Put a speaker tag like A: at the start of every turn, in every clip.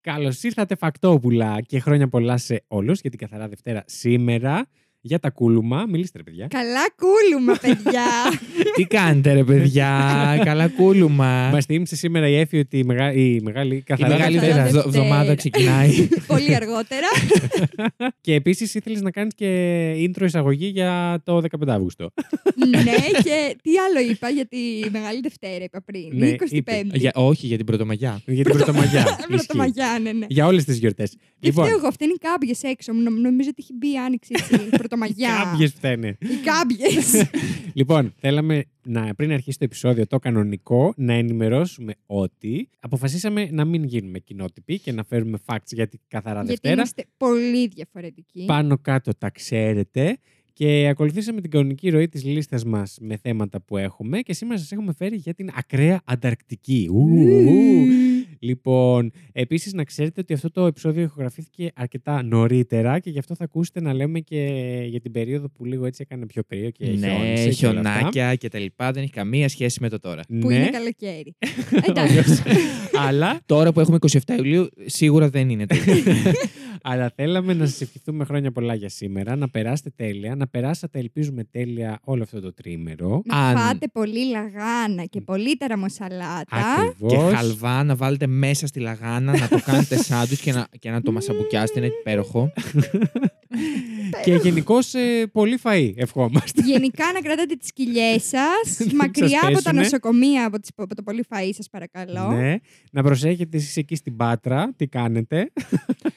A: Καλώς ήρθατε, Φακτόπουλα, και χρόνια πολλά σε όλους για την καθαρά Δευτέρα σήμερα. Για τα κούλουμα, μιλήστε, ρε παιδιά.
B: Καλά κούλουμα, παιδιά.
C: Τι κάνετε, ρε παιδιά. Καλά κούλουμα.
A: Μας θύμισε σήμερα η Εφη ότι η, μεγα... η μεγάλη
C: Η
A: καθαρά
C: μεγάλη
A: Δευτέρα.
B: Δευτέρα.
C: δεδα- εβδομάδα ξεκινάει.
B: Πολύ αργότερα.
A: Και επίσης ήθελες να κάνεις και intro εισαγωγή για το 15 Αύγουστο.
B: ναι, και τι άλλο είπα για τη Μεγάλη Δευτέρα, είπα πριν.
A: Ναι,
B: Ναι,
A: είπε.
B: 25η.
C: Για- Όχι, για την Πρωτομαγιά.
A: για την Πρωτομαγιά. Ισχύει.
B: Πρωτομαγιά, ναι, ναι.
A: για όλες τις γιορτές.
B: Δεν φταίω
A: λοιπόν,
B: εγώ, φταίνει κάποιε έξω. Νο- Νομίζω ότι έχει μπει η άνοιξη έτσι, Πρωτομαγιά.
A: κάποιε φταίνε.
B: Κάποιε.
A: Λοιπόν, θέλαμε να, πριν αρχίσει το επεισόδιο το κανονικό να ενημερώσουμε ότι αποφασίσαμε να μην γίνουμε κοινότυποι και να φέρουμε facts για την καθαρά
B: Γιατί
A: Δευτέρα.
B: είμαστε πολύ
C: Ε.
B: διαφορετικοί.
A: Πάνω κάτω τα ξέρετε. Και ακολουθήσαμε την κανονική ροή της λίστας μας με θέματα που έχουμε και σήμερα σας έχουμε φέρει για την ακραία Ανταρκτική. Ου, ου, ου.
B: Μμμ.
A: Λοιπόν, επίσης να ξέρετε ότι αυτό το επεισόδιο ηχογραφήθηκε αρκετά νωρίτερα και γι' αυτό θα ακούσετε να λέμε και για την περίοδο που λίγο έτσι έκανε πιο κρύο και χιόνισε
C: Ναι,
A: και όλα αυτά.
C: χιονάκια και τα λοιπά. Δεν έχει καμία σχέση με το τώρα.
B: Που
A: ναι,
B: είναι καλοκαίρι. Εντάξει.
A: όντως. αλλά,
C: Τώρα που έχουμε 27 Ιουλίου, σίγουρα δεν είναι τέτοιο.
A: αλλά θέλαμε να σας ευχηθούμε χρόνια πολλά για σήμερα, να περάσετε τέλεια, να περάσατε ελπίζουμε τέλεια όλο αυτό το τρίμερο.
B: Να
C: Αν-
B: φάτε πολύ λαγάνα και πολύ ταραμοσαλάτα.
C: και
A: Ακριβώς.
C: χαλβά να βάλετε μέσα στη λαγάνα, να το κάνετε σάντουιτ και, να- και να το μασαμπουκιάσετε. Είναι υπέροχο.
A: Και γενικώ πολύ φαΐ ευχόμαστε.
B: Γενικά να κρατάτε τις κοιλιές σας
A: Δεν
B: μακριά
A: σας
B: από τα
A: πέσουνε.
B: νοσοκομεία, από, τις- από το πολύ φαΐ σας παρακαλώ.
A: Ναι. Να προσέχετε εσείς εκεί στην Πάτρα, τι κάνετε.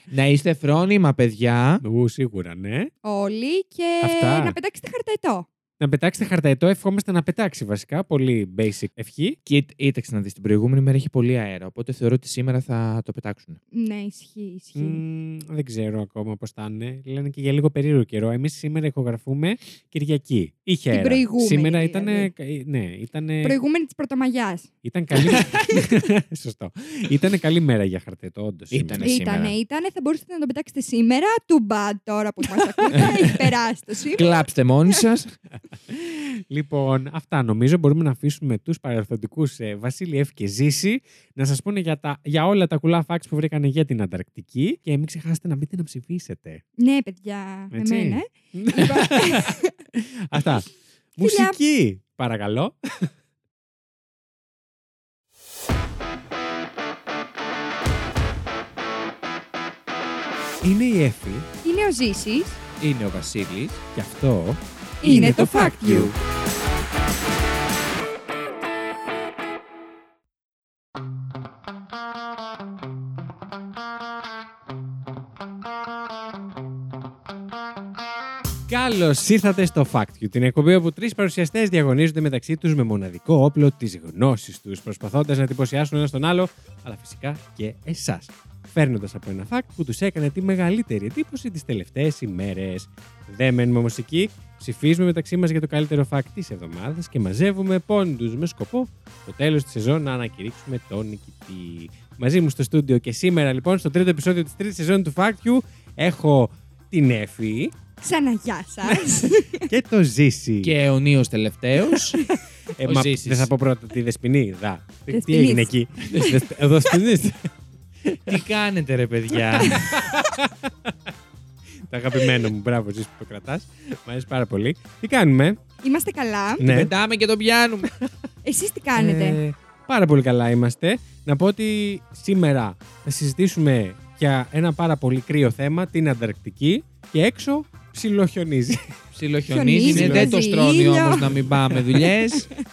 C: να είστε φρόνημα, παιδιά.
A: Ου, σίγουρα, ναι.
B: Όλοι και
A: Αυτά.
B: να πετάξετε χαρταετό.
A: Να πετάξετε χαρταετό, ευχόμαστε να πετάξει βασικά. Πολύ basic ευχή.
C: Και κοίταξε να δεις, την προηγούμενη μέρα έχει πολύ αέρα. Οπότε θεωρώ ότι σήμερα θα το πετάξουν.
B: Ναι, ισχύει, ισχύει.
A: Μμμ, δεν ξέρω ακόμα πώς θα είναι. Λένε και για λίγο περίεργο καιρό. Εμείς σήμερα ηχογραφούμε Κυριακή. Είχε αέρα.
B: προηγούμενη
A: Σήμερα ήταν.
B: δηλαδή.
A: Ναι, ήταν.
B: Προηγούμενη της Πρωτομαγιάς.
A: Ήταν καλή. Σωστό. Ήταν καλή μέρα για χαρτετό, όντω.
C: Ήτανε. Ναι,
B: Ήτανε,
C: σήμερα.
B: ήτανε. Θα μπορούσατε να το πετάξετε σήμερα. Too bad τώρα που μας ακούτε. Έχει περάσει το σήμερα.
C: Κλάψτε μόνοι σας.
A: Λοιπόν, αυτά νομίζω. Μπορούμε να αφήσουμε τους παρελθοντικούς ε, Βασίλη Εύη και Ζήση να σας πούνε για, τα, για όλα τα κουλά facts που βρήκανε για την Ανταρκτική. Και μην ξεχάσετε να μπείτε να ψηφίσετε.
B: Ναι, παιδιά,
A: Έτσι.
B: εμένα. ε. Λοιπόν,
A: Αυτά. Μουσική, παρακαλώ. Είναι η Εφη
B: Είναι ο Ζήσης.
C: Είναι ο Βασίλης.
A: και αυτό
B: Είναι το Fact You.
A: Καλώς ήρθατε στο Fact You, την εκπομπή όπου τρεις παρουσιαστές διαγωνίζονται μεταξύ τους με μοναδικό όπλο της γνώσης τους, προσπαθώντας να εντυπωσιάσουν ένας τον άλλο, αλλά φυσικά και εσάς. Φέρνοντας από ένα fact που τους έκανε τη μεγαλύτερη εντύπωση τις τελευταίες ημέρες. Δεν μένουμε όμως εκεί, ψηφίζουμε μεταξύ μας για το καλύτερο fact της εβδομάδας και μαζεύουμε πόντους με σκοπό το τέλος της σεζόν να ανακηρύξουμε τον νικητή. Μαζί μου στο στούντιο και σήμερα λοιπόν στο τρίτο επεισόδιο της τρίτης σεζόν του Fact You έχω την Εφη
B: Ξαναγιά σας.
A: και το ζήσει.
C: Και αιωνίω τελευταίος.
A: Ε,
C: ο
A: μα,
C: Ζήσης.
A: δεν θα πω πρώτα τη δεσποινή. Δα. Τι- Τι
B: Δεσποινής.
A: έγινε εκεί. Δεσπ- ε, Δεσποινής.
C: Τι κάνετε, ρε παιδιά.
A: Το αγαπημένο μου. Μπράβο, Ζήση που το κρατάς. Μ' αρέσει πάρα πολύ. Τι κάνουμε.
B: Είμαστε καλά.
A: Ναι.
C: Πετάμε και το πιάνουμε.
B: Εσείς τι κάνετε.
A: Ε, πάρα πολύ καλά είμαστε. Να πω ότι σήμερα θα συζητήσουμε για ένα πάρα πολύ κρύο θέμα, την Ανταρκτική. Και έξω ψιλοχιονίζει.
C: Ψιλοχιονίζει.
B: Χιονίζει,
C: είναι, δεν το
B: χιονίζει,
C: στρώνει
B: ήλιο.
C: όμως να μην πάμε δουλειέ.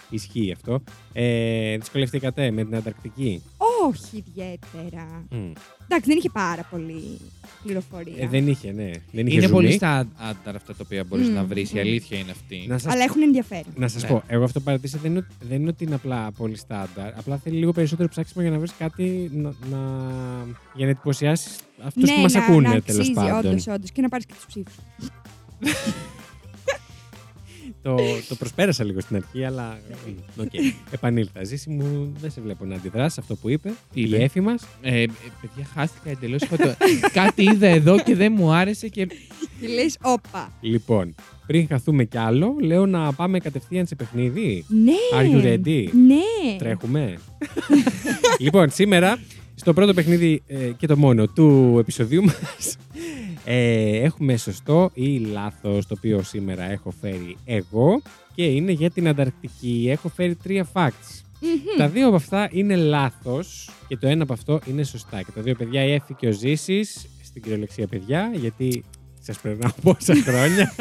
A: Ισχύει αυτό. Ε, δυσκολευτήκατε με την Ανταρκτική.
B: Όχι ιδιαίτερα.
A: Μμ.
B: Εντάξει, δεν είχε πάρα πολύ πληροφορία.
A: Ε, δεν είχε, ναι. Δεν είχε
C: είναι
A: ζουμί.
C: πολύ στα άντρα αυτά τα οποία μπορείς
B: Μμμ,
C: να βρεις.
B: μμμ.
C: Η αλήθεια είναι αυτή.
A: Να σας
B: Αλλά έχουν ενδιαφέρον.
A: Να σας
C: Ναι.
A: πω, εγώ αυτό που παρατήρησα δεν είναι, ότι- δεν είναι ότι είναι απλά πολύ στάνταρ. Απλά θέλει λίγο περισσότερο ψάξιμο για να βρεις κάτι να, να- για να εντυπωσιάσεις αυτούς
B: Ναι,
A: που μας ακούνε τέλο πάντων.
B: Όντως, όντως. Και να πάρεις και τους ψήφους.
A: Το, το προσπέρασα λίγο στην αρχή, αλλά. μ, Οκ. Επανήλθα. Ζήση μου, δεν σε βλέπω να αντιδράσεις αυτό που είπε.
C: Τι
A: η
C: είπε?
A: έφη μας.
C: Ε, ε, παιδιά, χάστηκα εντελώ. Κάτι είδα εδώ και δεν μου άρεσε και.
B: Και λες, όπα.
A: Λοιπόν, πριν χαθούμε κι άλλο, λέω να πάμε κατευθείαν σε παιχνίδι.
B: Ναι.
A: Are you ready?
B: Ναι.
A: Τρέχουμε. λοιπόν, σήμερα Στο πρώτο παιχνίδι ε, και το μόνο του επεισοδίου μας ε, έχουμε σωστό ή λάθος το οποίο σήμερα έχω φέρει εγώ και είναι για την Ανταρκτική. Έχω φέρει τρία facts. Τα δύο από αυτά είναι λάθος και το ένα από αυτό είναι σωστά. Και τα δύο παιδιά, η Εφη και ο Ζήσης, στην κυριολεξία παιδιά, γιατί σας περνάω πόσα χρόνια,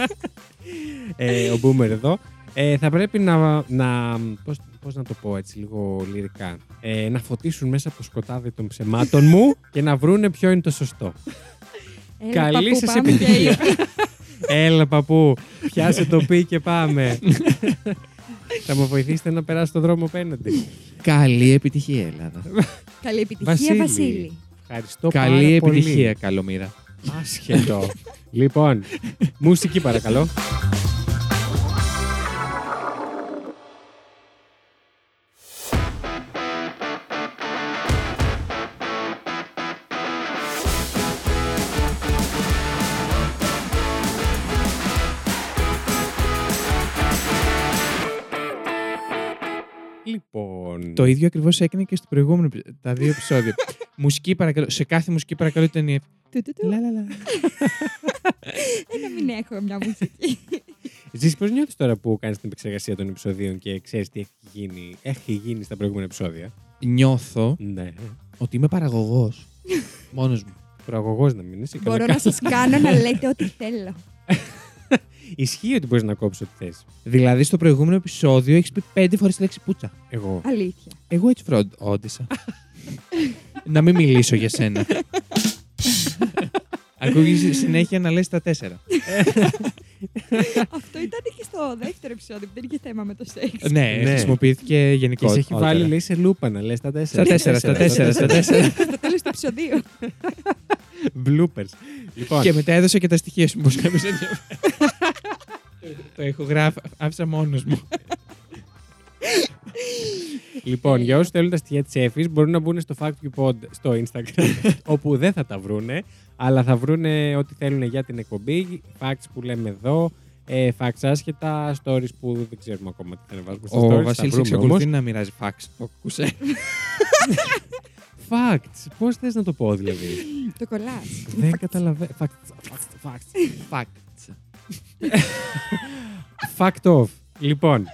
A: ε, ο Μπούμερ εδώ, ε, θα πρέπει να, να πώς, πώς να το πω έτσι λίγο λυρικά, ε, να φωτίσουν μέσα από το σκοτάδι των ψεμάτων μου και να βρούνε ποιο είναι το σωστό.
B: Έλα,
A: Καλή
B: παππού,
A: σας
B: πάμε και
A: επιτυχία. Έλα παππού, πιάσε το πι και πάμε. θα μου βοηθήσετε να περάσω το δρόμο απέναντι.
C: Καλή επιτυχία, Ελλάδα.
B: Καλή επιτυχία,
A: Βασίλη.
B: Βασίλη.
A: Ευχαριστώ
C: Καλή
A: πάρα
C: επιτυχία, καλομήρα.
A: πολύ. Άσχετο. λοιπόν, μουσική παρακαλώ. Λοιπόν,
C: Το ίδιο ακριβώς έκανε και στο προηγούμενο. επει- Τα δύο επεισόδια. μουσική παρακαλώ. Σε κάθε μουσική παρακαλώ ήταν η.
B: Του, του, του.
C: Λα, λα, λα.
B: Ε, Να μην έχω μια μουσική.
A: Ζήσει, πώς νιώθεις τώρα που κάνεις την επεξεργασία των επεισοδίων και ξέρεις τι έχει γίνει, έχει γίνει στα προηγούμενα επεισόδια.
C: Νιώθω
A: Ναι.
C: ότι είμαι παραγωγός. Μόνος μου.
A: Προαγωγό να μην είσαι.
B: Μπορώ
A: κανονικά.
B: να σας κάνω να λέτε ό,τι θέλω.
A: Ισχύει ότι μπορείς να κόψεις ό,τι θες.
C: Δηλαδή στο προηγούμενο επεισόδιο έχεις πει πέντε φορές τη λέξη πουτσα.
A: Εγώ.
B: Αλήθεια.
C: Εγώ έτσι φρόντισα. να μην μιλήσω για σένα. Ακούγεις συνέχεια να λες τα τέσσερα.
B: Αυτό ήταν και στο δεύτερο επεισόδιο που δεν είχε θέμα με το σεξ.
C: ναι,
A: Ναι.
C: χρησιμοποιήθηκε γενικώ.
A: Και σε έχει βάλει, λέει, σε λούπα να λε τα τέσσερα.
C: Στα τέσσερα, στα τέσσερα, στα τέσσερα.
A: ναι.
B: Στο τέλος του επεισοδίου.
A: Bloopers. Λοιπόν,
C: και μετά έδωσε και τα στοιχεία σου. Πώ κάποιο Το έχω γράφει, άφησα μόνος μου.
A: λοιπόν για όσους θέλουν τα στοιχεία της Εφη, μπορούν να μπουν στο Fact You Pod στο Instagram, όπου δεν θα τα βρούνε, αλλά θα βρούνε ό,τι θέλουν για την εκπομπή. Facts που λέμε εδώ, ε, facts άσχετα, stories που δεν ξέρουμε ακόμα τι θα ανεβάζουμε στα stories.
C: Ο
A: θα
C: Βασίλης
A: βρούμε όμως.
C: εξακολουθεί να μοιράζει φάξ. Ναι, Το ακούσε.
A: Facts. Πώς θες να το πω, δηλαδή.
B: Το κολλάς.
A: Δεν καταλαβαίνω. Facts. Facts. Facts.
C: Facts.
A: Fact off. Λοιπόν,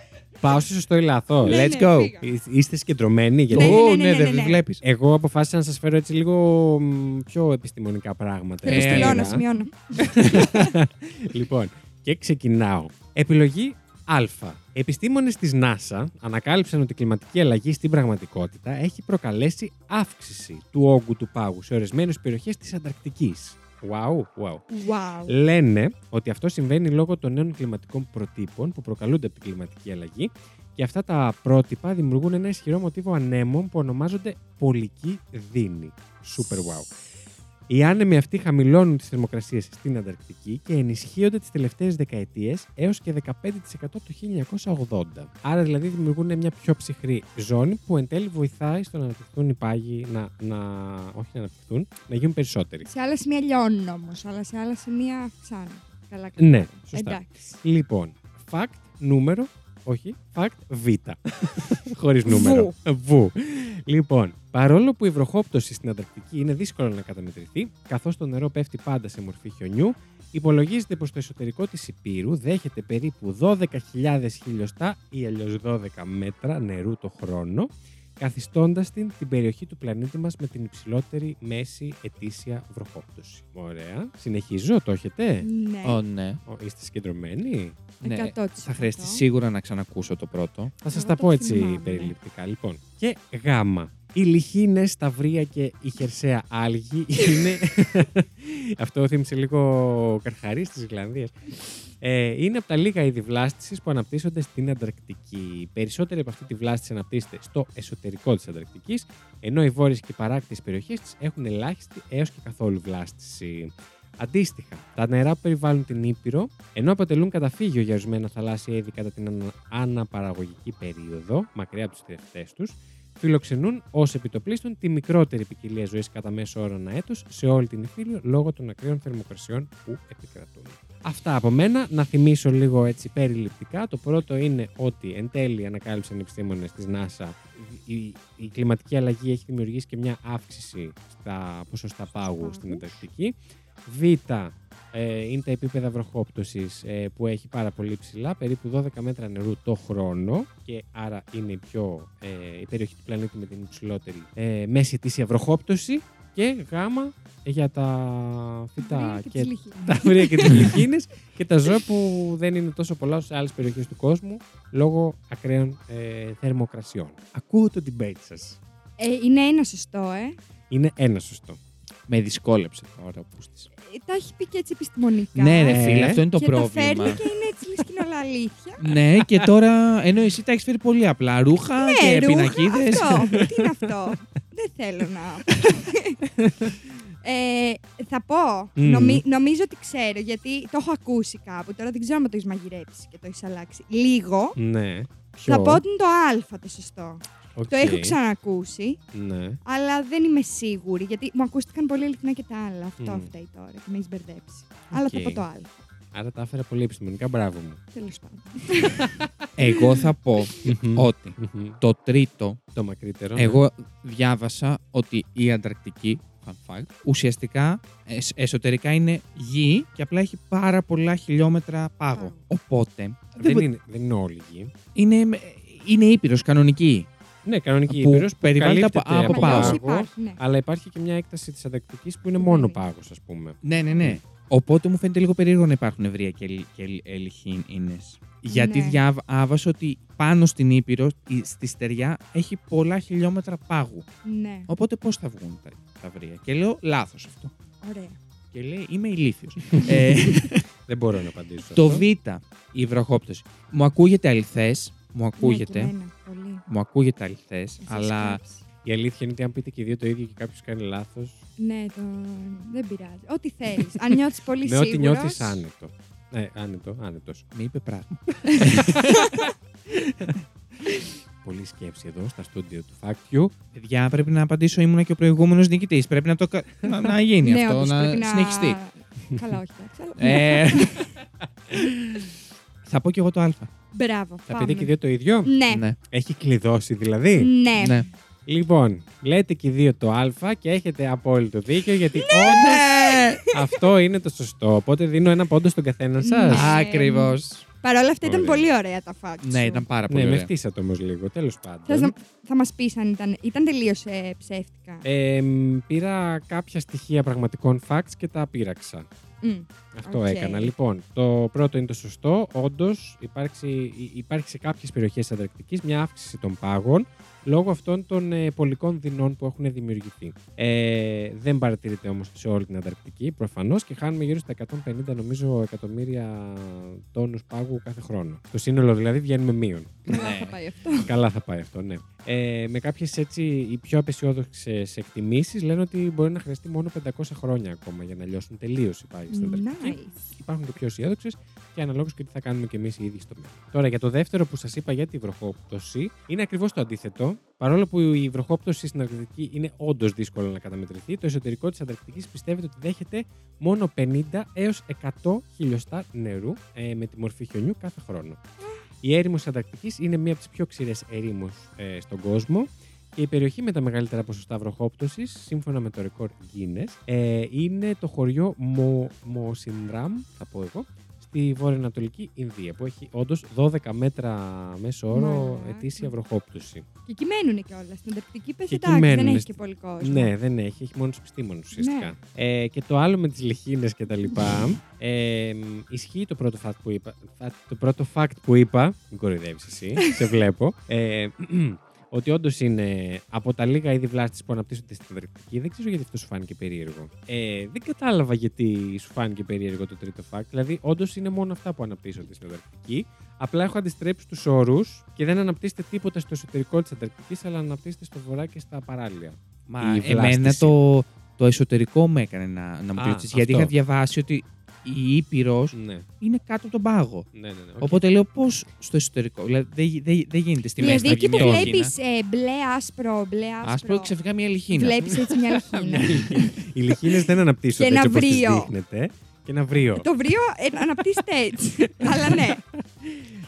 A: πάω στο σωστό ή λάθος.
C: Ναι. Let's go.
A: Είστε συγκεντρωμένοι, γιατί
B: Ναι, ναι,
C: Ω,
B: ναι, ναι,
C: δεν
B: ναι.
C: βλέπεις.
A: εγώ αποφάσισα να σας φέρω έτσι λίγο μ, πιο επιστημονικά πράγματα.
C: Ε,
B: Τελειώνω,
C: Επιστημονικά.
B: σημειώνω.
A: λοιπόν, και ξεκινάω. Επιλογή Α. Επιστήμονες της NASA ανακάλυψαν ότι η κλιματική αλλαγή στην πραγματικότητα έχει προκαλέσει αύξηση του όγκου του πάγου σε ορισμένες περιοχές της Ανταρκτικής. Wow, wow.
B: Wow.
A: Ε, Λένε ότι αυτό συμβαίνει λόγω των νέων κλιματικών προτύπων που προκαλούνται από την κλιματική αλλαγή και αυτά τα πρότυπα δημιουργούν ένα ισχυρό μοτίβο ανέμων που ονομάζονται πολική δίνη. Super wow. Οι άνεμοι αυτοί χαμηλώνουν τις θερμοκρασίες στην Ανταρκτική και ενισχύονται τις τελευταίες δεκαετίες έως και 15% το 1980. Άρα δηλαδή δημιουργούν μια πιο ψυχρή ζώνη που εν τέλει βοηθάει στο να αναπτυχθούν οι πάγοι, να, να, όχι να αναπτυχθούν, να γίνουν περισσότεροι.
B: Σε άλλα σημεία λιώνουν όμως, αλλά σε άλλα σημεία αυξάνουν. Καλά, καλά.
A: Ναι, σωστά.
B: Εντάξει.
A: Λοιπόν, fact νούμερο, όχι, fact β. Χωρίς νούμερο. Βου. Λοιπόν, παρόλο που η βροχόπτωση στην Ανταρκτική είναι δύσκολο να καταμετρηθεί, καθώς το νερό πέφτει πάντα σε μορφή χιονιού, υπολογίζεται πως το εσωτερικό της Υπήρου δέχεται περίπου 12.000 χιλιοστά ή αλλιώς 12 μέτρα νερού το χρόνο, καθιστώντας την, την περιοχή του πλανήτη μας με την υψηλότερη μέση ετήσια βροχόπτωση. Ωραία. Συνεχίζω, το έχετε.
B: Ναι.
C: Ω, ναι.
A: Ω, Είστε συγκεντρωμένοι.
C: ναι.
B: 100%.
C: Θα χρειαστεί σίγουρα να ξανακούσω το πρώτο.
A: Θα σας
B: Εγώ
A: τα
B: το
A: πω έτσι
B: θυμάμαι. ναι.
A: περιληπτικά. Λοιπόν, και γάμα. Οι λιχίνες, τα βρύα και η χερσαία άλγη είναι. Αυτό θύμισε λίγο καρχαρί της Ισλανδίας. Ε, είναι από τα λίγα είδη βλάστησης που αναπτύσσονται στην Ανταρκτική. Οι περισσότεροι από αυτή τη βλάστηση αναπτύσσεται στο εσωτερικό της Ανταρκτικής, ενώ οι βόρειες και παράκτιες περιοχές της έχουν ελάχιστη έως και καθόλου βλάστηση. Αντίστοιχα, τα νερά που περιβάλλουν την Ήπειρο, ενώ αποτελούν καταφύγιο για ορισμένα θαλάσσια είδη κατά την ανα- αναπαραγωγική περίοδο, μακριά από τους θηρευτέ τους, φιλοξενούν ως επιτοπλίστων τη μικρότερη ποικιλία ζωής κατά μέσο όρο ένα έτος σε όλη την Ιφίλιο λόγω των ακραίων θερμοκρασιών που επικρατούν. Αυτά από μένα. Να θυμίσω λίγο έτσι περιληπτικά. Το πρώτο είναι ότι εν τέλει ανακάλυψαν οι επιστήμονες της NASA η, η κλιματική αλλαγή έχει δημιουργήσει και μια αύξηση στα ποσοστά πάγου
B: πάγους.
A: στην Ανταρκτική. Β. Ε, είναι τα επίπεδα βροχόπτωσης ε, που έχει πάρα πολύ ψηλά, περίπου 12 μέτρα νερού το χρόνο και άρα είναι η, πιο, ε, η περιοχή του πλανήτη με την υψηλότερη ε, μέση ετήσια βροχόπτωση και γ ε, για τα φυτά
B: και
A: και
B: τις λιχίες.
A: τα βρύα και τις λιχίνε και τα ζώα που δεν είναι τόσο πολλά σε άλλες περιοχές του κόσμου λόγω ακραίων ε, θερμοκρασιών. Ακούω το debate σας.
B: Ε, είναι ένα σωστό, ε.
A: Είναι ένα σωστό.
C: Με δυσκόλεψε τώρα που στήσα.
B: Ε, Τα έχει πει και έτσι επιστημονικά.
C: Ναι, ρε
A: Ε,
C: φίλε, αυτό είναι το
B: και τα
C: πρόβλημα.
B: φέρνει και είναι έτσι λες και είναι όλα αλήθεια.
C: ναι, και τώρα ενώ εσύ τα έχεις φέρει πολύ απλά. Ρούχα
B: ναι,
C: και
B: ρούχα,
C: πινακίδες.
B: αυτό. Τι είναι αυτό. Δεν θέλω να... Ε, θα πω.
A: Μμμ.
B: Νομι- νομίζω ότι ξέρω, γιατί το έχω ακούσει κάπου. Τώρα δεν ξέρω αν το έχεις μαγειρέψει και το έχεις αλλάξει. Λίγο.
A: Ναι. Ποιο?
B: Θα πω ότι είναι το Α το σωστό.
A: Οκ.
B: Το έχω ξανακούσει,
A: Ναι.
B: αλλά δεν είμαι σίγουρη. Γιατί μου ακούστηκαν πολύ ειλικρινά και τα άλλα. Αυτό
A: Μμ.
B: φταίει τώρα και με έχεις μπερδέψει. Αλλά θα
A: Οκ.
B: πω το Α.
A: Άρα τα έφερα πολύ επιστημονικά. Μπράβο μου.
B: Τέλος πάντων.
C: Εγώ θα πω ότι
A: Μμμ.
C: το τρίτο,
A: Το μακρύτερο. ναι.
C: εγώ διάβασα ότι η Ανταρκτική, fun fact, ουσιαστικά εσ- εσωτερικά είναι γη και απλά έχει πάρα πολλά χιλιόμετρα πάγο.
B: Πάγο.
C: Οπότε δεν
A: Δεν
C: μπο-
A: είναι, δεν είναι όλη γη.
C: είναι, είναι ήπειρος, κανονική.
A: Ναι, κανονική
C: Που
A: ήπειρος που
C: περιβάλλεται από-
A: καλύπτεται
C: από
B: Αλλιώς
C: πάγο.
B: υπάρχει, ναι.
A: Αλλά υπάρχει και μια έκταση της Ανταρκτική που είναι μόνο
B: Ναι.
A: πάγος, ας πούμε.
C: Ναι, ναι, ναι. Οπότε μου φαίνεται λίγο περίεργο να υπάρχουν ευρεία και, λι- και λι- ε, λιχίνες. Γιατί
B: Ναι.
C: διάβασα ότι πάνω στην Ήπειρο, η- στη στεριά, έχει πολλά χιλιόμετρα πάγου.
B: Ναι,
C: Οπότε πώς θα βγουν τα, τα βρεία. Και λέω λάθος αυτό.
B: ωραία.
C: Και λέει είμαι ηλίθιος. ε,
A: Δεν μπορώ να απαντήσω.
C: το
A: αυτό.
C: Β, η βροχόπτωση. Μου ακούγεται αληθές. Μου ακούγεται.
B: Ναι, και εμένα, πολύ.
C: μου ακούγεται αληθές.
B: Έχεις
C: Αλλά
B: κάψει.
A: Η αλήθεια είναι ότι αν πείτε και οι δύο το ίδιο και κάποιος κάνει λάθος,
B: Ναι, το... δεν πειράζει. Ό,τι θέλεις. Αν νιώθεις πολύ
A: με
B: σίγουρος...
A: ό,τι νιώθεις άνετο. Ναι, άνετο, άνετο.
C: με είπε πράγμα.
A: Πολύ σκέψη εδώ στα στούντιο του Φάκτιου.
C: Παιδιά, πρέπει να απαντήσω. Ήμουνα και ο προηγούμενος νικητής. Πρέπει να, το... κα- να, να γίνει
B: ναι,
C: αυτό,
B: όντως,
C: να
B: πρέπει
C: συνεχιστεί.
B: Καλά, όχι. εντάξει, αλλά- Ναι,
C: Ε, θα πω κι εγώ το Α.
B: Μπράβο.
A: Θα
B: πάμε.
A: πείτε και οι δύο το ίδιο.
B: Ναι, ναι.
A: Έχει κλειδώσει δηλαδή.
B: ναι.
C: ναι.
A: Λοιπόν, λέτε και οι δύο το Α και έχετε απόλυτο δίκιο γιατί
B: Ναι!
A: όντως αυτό είναι το σωστό. Οπότε δίνω ένα πόντο στον καθένα σα.
B: Ναι.
C: Ακριβώς.
B: Παρ' όλα αυτά ήταν
A: Ωραία.
B: πολύ ωραία τα φάξ.
C: Ναι, ήταν πάρα πολύ.
A: Ναι, με
C: ωραία.
A: χτίσατε όμως λίγο, τέλος
B: Θες
A: πάντων.
B: να... Θα μας πεις αν ήταν, ήταν τελείως ε, ψεύτικα.
A: Ε, μ, πήρα κάποια στοιχεία πραγματικών facts και τα πείραξα.
B: Μμ.
A: Αυτό
B: Οκ.
A: έκανα. Λοιπόν, το πρώτο είναι το σωστό. Όντως, υπάρχει σε κάποιες περιοχές της Ανταρκτικής μια αύξηση των πάγων λόγω αυτών των ε, πολικών δεινών που έχουν δημιουργηθεί. Ε, δεν παρατηρείται όμως σε όλη την Ανταρκτική, προφανώς, και χάνουμε γύρω στα 150 νομίζω εκατομμύρια τόνους πάγου κάθε χρόνο. Το σύνολο δηλαδή βγαίνουμε μείον.
B: Καλά
C: Ναι.
B: θα πάει αυτό.
A: Καλά θα πάει αυτό, ναι. Ε, με κάποιες έτσι οι πιο απεσιόδοξες εκτιμήσεις λένε ότι μπορεί να χρειαστεί μόνο 500 χρόνια ακόμα για να λιώσουν τελείως οι πάγοι στην Ανταρκτική.
B: Nice.
A: Υπάρχουν και πιο αισιόδοξες και αναλόγως και τι θα κάνουμε και εμείς οι ίδιοι στο μέλλον. Τώρα για το δεύτερο που σας είπα για τη βροχόπτωση, είναι ακριβώς το αντίθετο. Παρόλο που η βροχόπτωση στην Αρκτική είναι όντως δύσκολο να καταμετρηθεί, το εσωτερικό της Ανταρκτικής πιστεύεται ότι δέχεται μόνο 50 έω 100 χιλιοστά νερού ε, με τη μορφή χιονιού κάθε χρόνο. Η έρημος Ανταρκτικής είναι μία από τις πιο ξηρές ερήμου ε, στον κόσμο και η περιοχή με τα μεγαλύτερα ποσοστά βροχόπτωσης, σύμφωνα με το ρεκόρ Guinness, ε, είναι το χωριό Μο, Μοσινδράμ, θα πω εγώ, στη βορειοανατολική Ινδία, που έχει όντως 12 μέτρα μέσο όρο
B: Μαλάκα.
A: ετήσια βροχόπτωση.
B: Και εκεί μένουν κιόλας. Στην Ανταρκτική πες
A: Και εκεί
B: εντάξει, δεν
A: μένουν
B: έχει
A: στη-
B: και πολύ κόσμο.
A: Ναι, δεν έχει, έχει μόνος του επιστήμονε ουσιαστικά. Ε, και το άλλο με τις λιχίνε και τα λοιπά. Ε, μ, ισχύει το πρώτο fact που είπα. θα- Το πρώτο fact που είπα. Μην κοροϊδεύεις εσύ, σε βλέπω. Ε, ότι όντως είναι από τα λίγα είδη βλάστη που αναπτύσσονται στην Ανταρκτική. Δεν ξέρω γιατί αυτό σου φάνηκε περίεργο. Ε, δεν κατάλαβα γιατί σου φάνηκε περίεργο το τρίτο fact. Δηλαδή, όντως είναι μόνο αυτά που αναπτύσσονται στην Ανταρκτική. Απλά έχω αντιστρέψει τους όρους και δεν αναπτύσσεται τίποτα στο εσωτερικό της Ανταρκτική, αλλά αναπτύσσεται στο βορρά και στα παράλια.
C: Μα
A: η
C: εμένα
A: βλάστηση.
C: το, το εσωτερικό με έκανε να, να μου
A: Α,
C: πλήξει.
A: αυτό.
C: Γιατί είχα διαβάσει ότι η Ήπειρος
A: Ναι,
C: είναι κάτω από τον πάγο.
A: ναι, ναι. ναι. Οκ.
C: Οπότε λέω πώς στο εσωτερικό. Δηλαδή δεν γι- δεν δεν γίνεται στη μέση.
B: Δηλαδή εκεί
C: να
B: το
C: βγει μια
B: βλέπεις
C: λιχίνα.
B: ε, μπλε άσπρο, μπλε άσπρο.
C: Άσπρο, ξαφνικά μια λιχίνα.
A: Ναι.
B: Βλέπεις έτσι μια λιχίνα.
A: Οι λιχίνε δεν αναπτύσσονται
B: Και ένα
A: έτσι όπως τις
B: βρύο.
A: δείχνετε. και ένα βρύο.
B: Το βρύο ε, αναπτύσσεται έτσι. Αλλά ναι.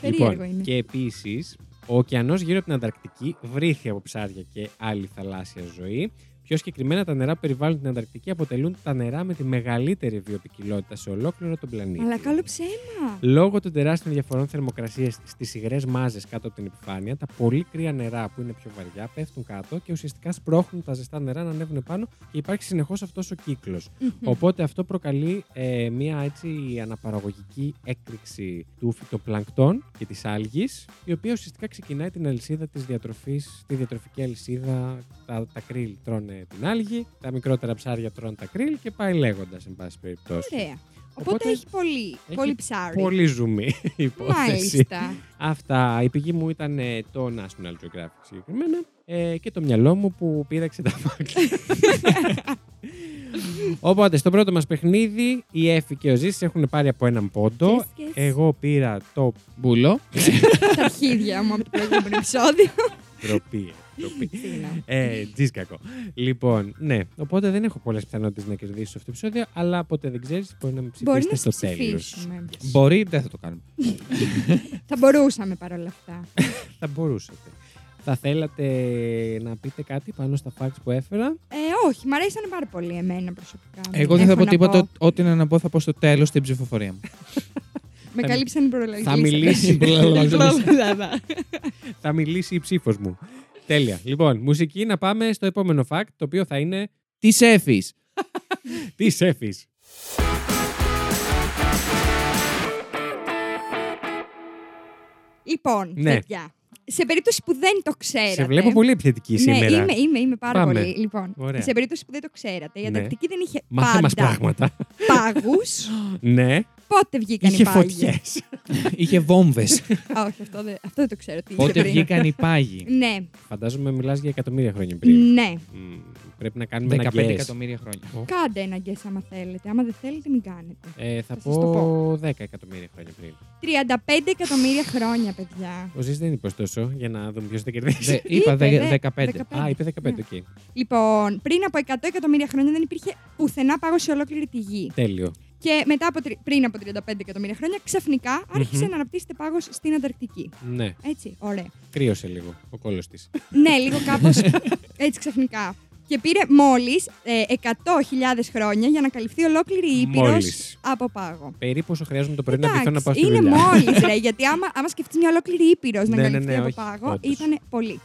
B: Περίεργο είναι.
A: Λοιπόν, Και επίσης, ο ωκεανός γύρω από την Ανταρκτική βρήθη από ψάρια και άλλη θαλάσσια ζωή. Πιο συγκεκριμένα, τα νερά που περιβάλλουν την Ανταρκτική αποτελούν τα νερά με τη μεγαλύτερη βιοπικιλότητα σε ολόκληρο τον πλανήτη.
B: Αλλά καλό ψέμα.
A: Λόγω των τεράστιων διαφορών θερμοκρασίας στις υγρές μάζες κάτω από την επιφάνεια, τα πολύ κρύα νερά που είναι πιο βαριά πέφτουν κάτω και ουσιαστικά σπρώχνουν τα ζεστά νερά να ανέβουν πάνω και υπάρχει συνεχώς αυτός ο κύκλος.
B: Μμμ.
A: Οπότε αυτό προκαλεί ε, μια έτσι αναπαραγωγική έκρηξη του φυτοπλανκτών και της άλγης, η οποία ουσιαστικά ξεκινάει την αλυσίδα της διατροφής, τη διατροφική αλυσίδα, τα, τα κρύλ τρώνε την άλγη, τα μικρότερα ψάρια τρώνε τα κρύλ και πάει λέγοντας, εν πάση περιπτώσει.
B: Ωραία. Οπότε,
A: Οπότε
B: έχει πολύ,
A: έχει
B: πολύ ψάρι.
A: Πολύ ζουμί η υπόθεση.
B: Μάλιστα.
A: Αυτά. Η πηγή μου ήταν ε, το National Geographic συγκεκριμένα ε, και το μυαλό μου που πήραξε τα φάκελα. Οπότε, στο πρώτο μας παιχνίδι, η Εφη και ο Ζήσης έχουν πάρει από έναν πόντο.
B: Σκες, σκες.
A: Εγώ πήρα το
C: Μπούλο.
B: Τα αρχίδια μου από το προηγούμενο επεισόδιο.
A: ντροπή. ντροπή.
B: Συγγνώμη.
A: Ε, τζις κακό. Λοιπόν, ναι. Οπότε δεν έχω πολλές πιθανότητες να κερδίσω αυτό το επεισόδιο, αλλά ποτέ δεν ξέρεις, μπορεί να με
B: Μπορεί
A: ψηφίσετε
B: να
A: στο
B: σε
A: τέλος.
B: ψηφίσουμε.
C: Μπορεί, δεν θα το κάνουμε.
B: Θα μπορούσαμε παρόλα αυτά.
A: Θα μπορούσατε. Θα θέλατε να πείτε κάτι πάνω στα facts που έφερα.
B: Ε, όχι, μ' αρέσαν πάρα πολύ εμένα προσωπικά.
C: Εγώ δεν θα
B: Έχω
C: πω
B: να
C: τίποτα. Ό,τι να πω, θα πω στο τέλος στην ψηφοφορία μου.
B: Με καλύψαν οι προλογισμοί.
A: Θα μιλήσει.
B: Μπλα-μπλα-μπλα.
A: θα μιλήσει η ψήφος μου. Τέλεια. Λοιπόν, μουσική να πάμε στο επόμενο fact, το οποίο θα είναι
C: Τι έφη.
A: τη Εφη.
B: Λοιπόν,
A: Ναι.
B: παιδιά, σε περίπτωση που δεν το ξέρατε.
A: Σε βλέπω πολύ επιθετική
B: Ε, Ναι,
A: σήμερα.
B: είμαι, είμαι, είμαι πάρα
A: Πάμε.
B: πολύ. Λοιπόν,
A: Ωραία.
B: σε περίπτωση που δεν το ξέρατε, η
A: Ναι.
B: Ανταρκτική δεν είχε
A: Μάθε μα
B: πάντα
A: πράγματα.
B: πάγους.
A: ναι,
B: Πότε βγήκαν
A: είχε
B: οι πάγοι.
A: φωτιές.
C: Είχε βόμβες.
B: Όχι, αυτό δεν, αυτό δεν το ξέρω. Τι είχε
C: Πότε
B: πριν.
C: βγήκαν οι πάγοι.
B: Ναι,
A: Φαντάζομαι μιλάς για εκατομμύρια χρόνια πριν.
B: ναι.
A: Μμ, πρέπει να κάνουμε ένα
C: 15
A: guess.
C: εκατομμύρια χρόνια.
B: Κάντε ένα guess άμα θέλετε. Άμα δεν θέλετε, μην κάνετε.
A: Ε, θα
B: Θα σας
A: πω,
B: το
A: 10 εκατομμύρια χρόνια πριν.
B: 35 εκατομμύρια χρόνια, παιδιά.
A: Ο Ζή δεν είπε ωστόσο, για να δούμε ποιος θα κερδίσει.
C: Δε- Είπα
B: Είπε,
C: δε-
B: δε-
C: 15.
B: πέντε.
A: Α, είπε 15, οκ.
B: Ναι. Λοιπόν, πριν από 100 εκατομμύρια χρόνια δεν υπήρχε πουθενά πάγος σε ολόκληρη τη γη.
A: Τέλειο.
B: Και μετά από, τρι- πριν από 35 εκατομμύρια χρόνια, ξαφνικά άρχισε
A: Μμμ.
B: να αναπτύσσεται πάγος στην Ανταρκτική.
A: Ναι,
B: Έτσι, ωραία.
A: κρύωσε λίγο ο κόλο της.
B: ναι, λίγο κάπως έτσι ξαφνικά. Και πήρε μόλις 100.000 χρόνια για να καλυφθεί ολόκληρη η Ήπειρο
A: Μόλις.
B: από πάγο.
A: Περίπου όσο χρειάζομαι το πρωί να
B: Εντάξει,
A: πληθώ να πάω στη
B: είναι
A: δουλειά.
B: μόλις, ρε, γιατί άμα, άμα σκεφτείς μια ολόκληρη Ήπειρος να
A: Ναι, ναι,
B: καλυφθεί
A: ναι,
B: από
A: όχι,
B: πάγο,
A: όντως.
B: ήταν πολύ.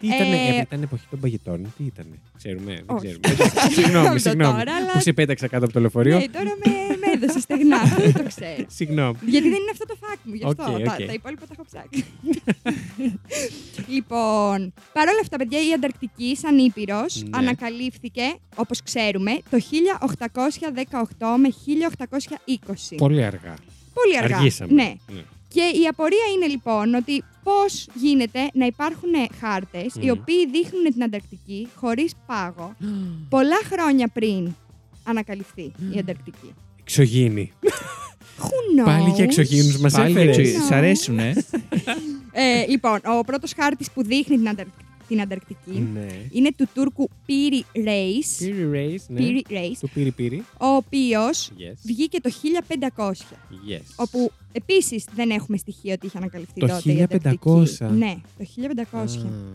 A: Τι ήταν,
B: Ε,
A: ε, ήταν εποχή των παγετών, τι ήταν. Ξέρουμε, δεν
B: Όχι.
A: ξέρουμε. συγγνώμη,
B: Αυτό
A: συγγνώμη.
B: τώρα, αλλά-
A: Που σε πέταξα κάτω από το λεωφορείο.
B: Ναι, τώρα με, με έδωσε στεγνά, αυτό δεν το ξέρω.
A: Συγγνώμη.
B: Γιατί δεν είναι αυτό το fact μου, γι' αυτό.
A: Οκ,
B: Τα,
A: οκ.
B: τα υπόλοιπα τα έχω ψάξει. λοιπόν, παρόλα αυτά, παιδιά, η Ανταρκτική σαν ήπειρος
A: Ναι.
B: ανακαλύφθηκε, όπως ξέρουμε, το 1818 με 1820.
A: Πολύ αργά.
B: Πολύ αργά.
A: Αργήσαμε.
B: Ναι. Και η απορία είναι λοιπόν ότι πώς γίνεται να υπάρχουν χάρτες
A: Μμμ.
B: οι οποίοι δείχνουν την Ανταρκτική χωρίς πάγο πολλά χρόνια πριν ανακαλυφθεί η Ανταρκτική.
A: Εξωγήινη.
B: Who knows?
A: Πάλι για εξωγήινους μας
C: Πάλι
A: έφερες.
C: έτσι,
B: Ναι.
C: Σ' αρέσουν, ε.
B: Ε, λοιπόν, ο πρώτος χάρτης που δείχνει την, Αντα- την Ανταρκτική
A: Ναι.
B: είναι του Τούρκου Πύρι Ρέις,
A: Πύρι Ρέις, ναι.
B: Πύρι Ρέις,
A: Του πύρι πύρι.
B: ο οποίος
A: Yes.
B: βγήκε το 1500.
A: yes.
B: Όπου επίσης δεν έχουμε στοιχείο ότι είχε ανακαλυφθεί
A: Το
B: τότε. η Ανταρκτική.
A: 1500.
B: Ναι, το 1500.
A: Α,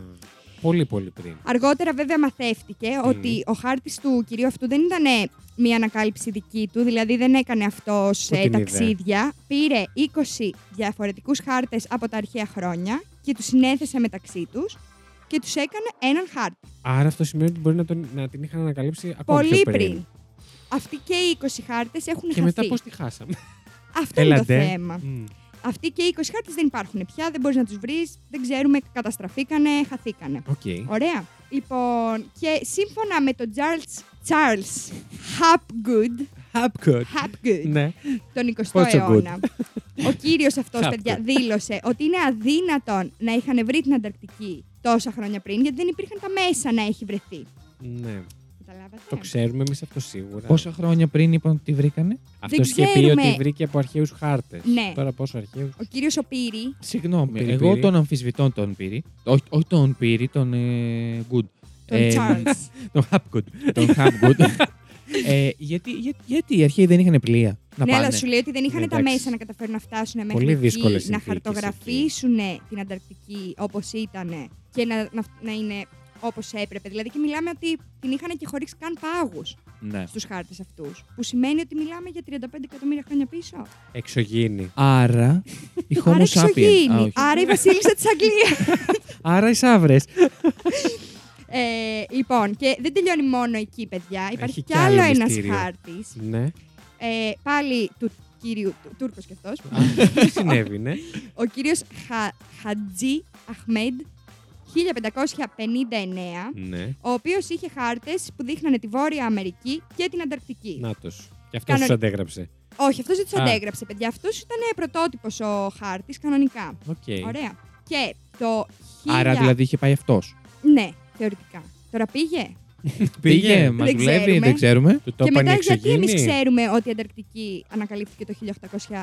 A: Πολύ πολύ πριν.
B: Αργότερα βέβαια μαθεύτηκε ότι ο χάρτης του κυρίου αυτού δεν ήταν ε, μία ανακάλυψη δική του, δηλαδή δεν έκανε αυτός
A: Πού
B: ε,
A: την είδε?
B: ταξίδια. Πήρε 20 διαφορετικούς χάρτες από τα αρχαία χρόνια και τους συνέθεσε μεταξύ τους και τους έκανε έναν χάρτη.
A: Άρα αυτό σημαίνει ότι μπορεί να, τον, να την είχαν ανακαλύψει ακόμη
B: Πολύ
A: πιο
B: πριν.
A: πριν.
B: Αυτοί και οι 20 χάρτες έχουν
A: Και μετά
B: χαθεί.
A: πώς τη χάσαμε.
B: Αυτό είναι το
A: Έλατε.
B: θέμα.
A: Μμ.
B: Αυτοί και οι 20 χάρτες δεν υπάρχουν πια, δεν μπορείς να τους βρεις, δεν ξέρουμε, καταστραφήκανε, χαθήκανε.
A: Οκ.
B: Ωραία. Λοιπόν, και σύμφωνα με τον Charles, Charles Hapgood,
A: Hapgood.
B: Hapgood
A: Ναι.
B: τον 20ο
A: Πόσο good.
B: αιώνα, ο κύριος αυτός,
A: Hapgood.
B: παιδιά, δήλωσε ότι είναι αδύνατον να είχαν βρει την Ανταρκτική τόσα χρόνια πριν, γιατί δεν υπήρχαν τα μέσα να έχει βρεθεί.
A: Ναι.
B: Καταλάβατε.
A: Το ξέρουμε εμείς αυτό σίγουρα.
C: Πόσα χρόνια πριν είπαν ότι τη βρήκανε.
A: Αυτό είχε πει
B: ξέρουμε.
A: ότι βρήκε από αρχαίους χάρτες.
B: Ναι.
A: Τώρα πόσο αρχαίους.
B: Ο κύριος ο Πύρη,
C: Συγγνώμη,
A: Πήρη,
C: Ε, εγώ
A: πήρη.
C: τον αμφισβητώ τον πήρη. Όχι, όχι τον πήρη, τον ε, Good.
B: τον
A: ναι.
C: Ε,
B: Charles.
A: Το Hapgood.
C: τον Hapgood. ε, γιατί, για- γιατί οι αρχαίοι δεν είχαν πλοία. να
B: ναι,
C: πάνε.
B: αλλά σου λέει ότι δεν είχαν τα
A: Εντάξει.
B: μέσα να καταφέρουν να φτάσουν μέχρι
A: Πολύ δύσκολες
B: εκεί, να
A: συνθήκες
B: χαρτογραφήσουν την Ανταρκτική όπως ήταν και να, να, να είναι όπως έπρεπε. Δηλαδή, και μιλάμε ότι την είχαν και χωρίς καν πάγους
C: Ναι.
B: στους χάρτες αυτούς. Που σημαίνει ότι μιλάμε για 35 εκατομμύρια χρόνια πίσω.
A: Εξωγήινη.
C: Άρα η Homo
B: Άρα
C: sapiens. Α,
B: εξωγήινη.
C: όχι.
B: Άρα η Βασίλισσα της Αγγλίας.
A: Άρα οι σαύρες.
B: Ε, λοιπόν, και δεν τελειώνει μόνο εκεί, παιδιά. Υπάρχει
A: Έχει
B: κι
A: κι
B: άλλο,
A: άλλο
B: ένας
A: μυστήριο.
B: ένα χάρτης.
A: ναι.
B: Ε, πάλι του κυρίου του, Τούρκο κι αυτός.
A: Α, Τι συνέβη, ναι.
B: Ο κύριος Χα, Χατζή Αχμέντ, 1559,
A: ναι.
B: ο οποίος είχε χάρτες που δείχνανε τη Βόρεια Αμερική και την Ανταρκτική.
A: Νάτο. Και αυτός
B: Κανονι-
A: σου αντέγραψε.
B: Όχι, αυτός δεν τους
A: Ναι. Α.
B: αντέγραψε, παιδιά. Αυτός ήταν πρωτότυπος ο χάρτης κανονικά.
A: Οκ.
B: Ωραία. Και το. 1000...
C: Άρα δηλαδή είχε πάει αυτός.
B: Ναι, θεωρητικά. Τώρα πήγε.
A: Πήγε.
C: μας
B: Δεν
C: δουλεύει,
B: ξέρουμε.
C: δεν ξέρουμε.
A: Του το
B: και μετά,
A: έπανε
B: γιατί εμεί
A: εξωγήινη.
B: ξέρουμε ότι η Ανταρκτική ανακαλύφθηκε το 1820,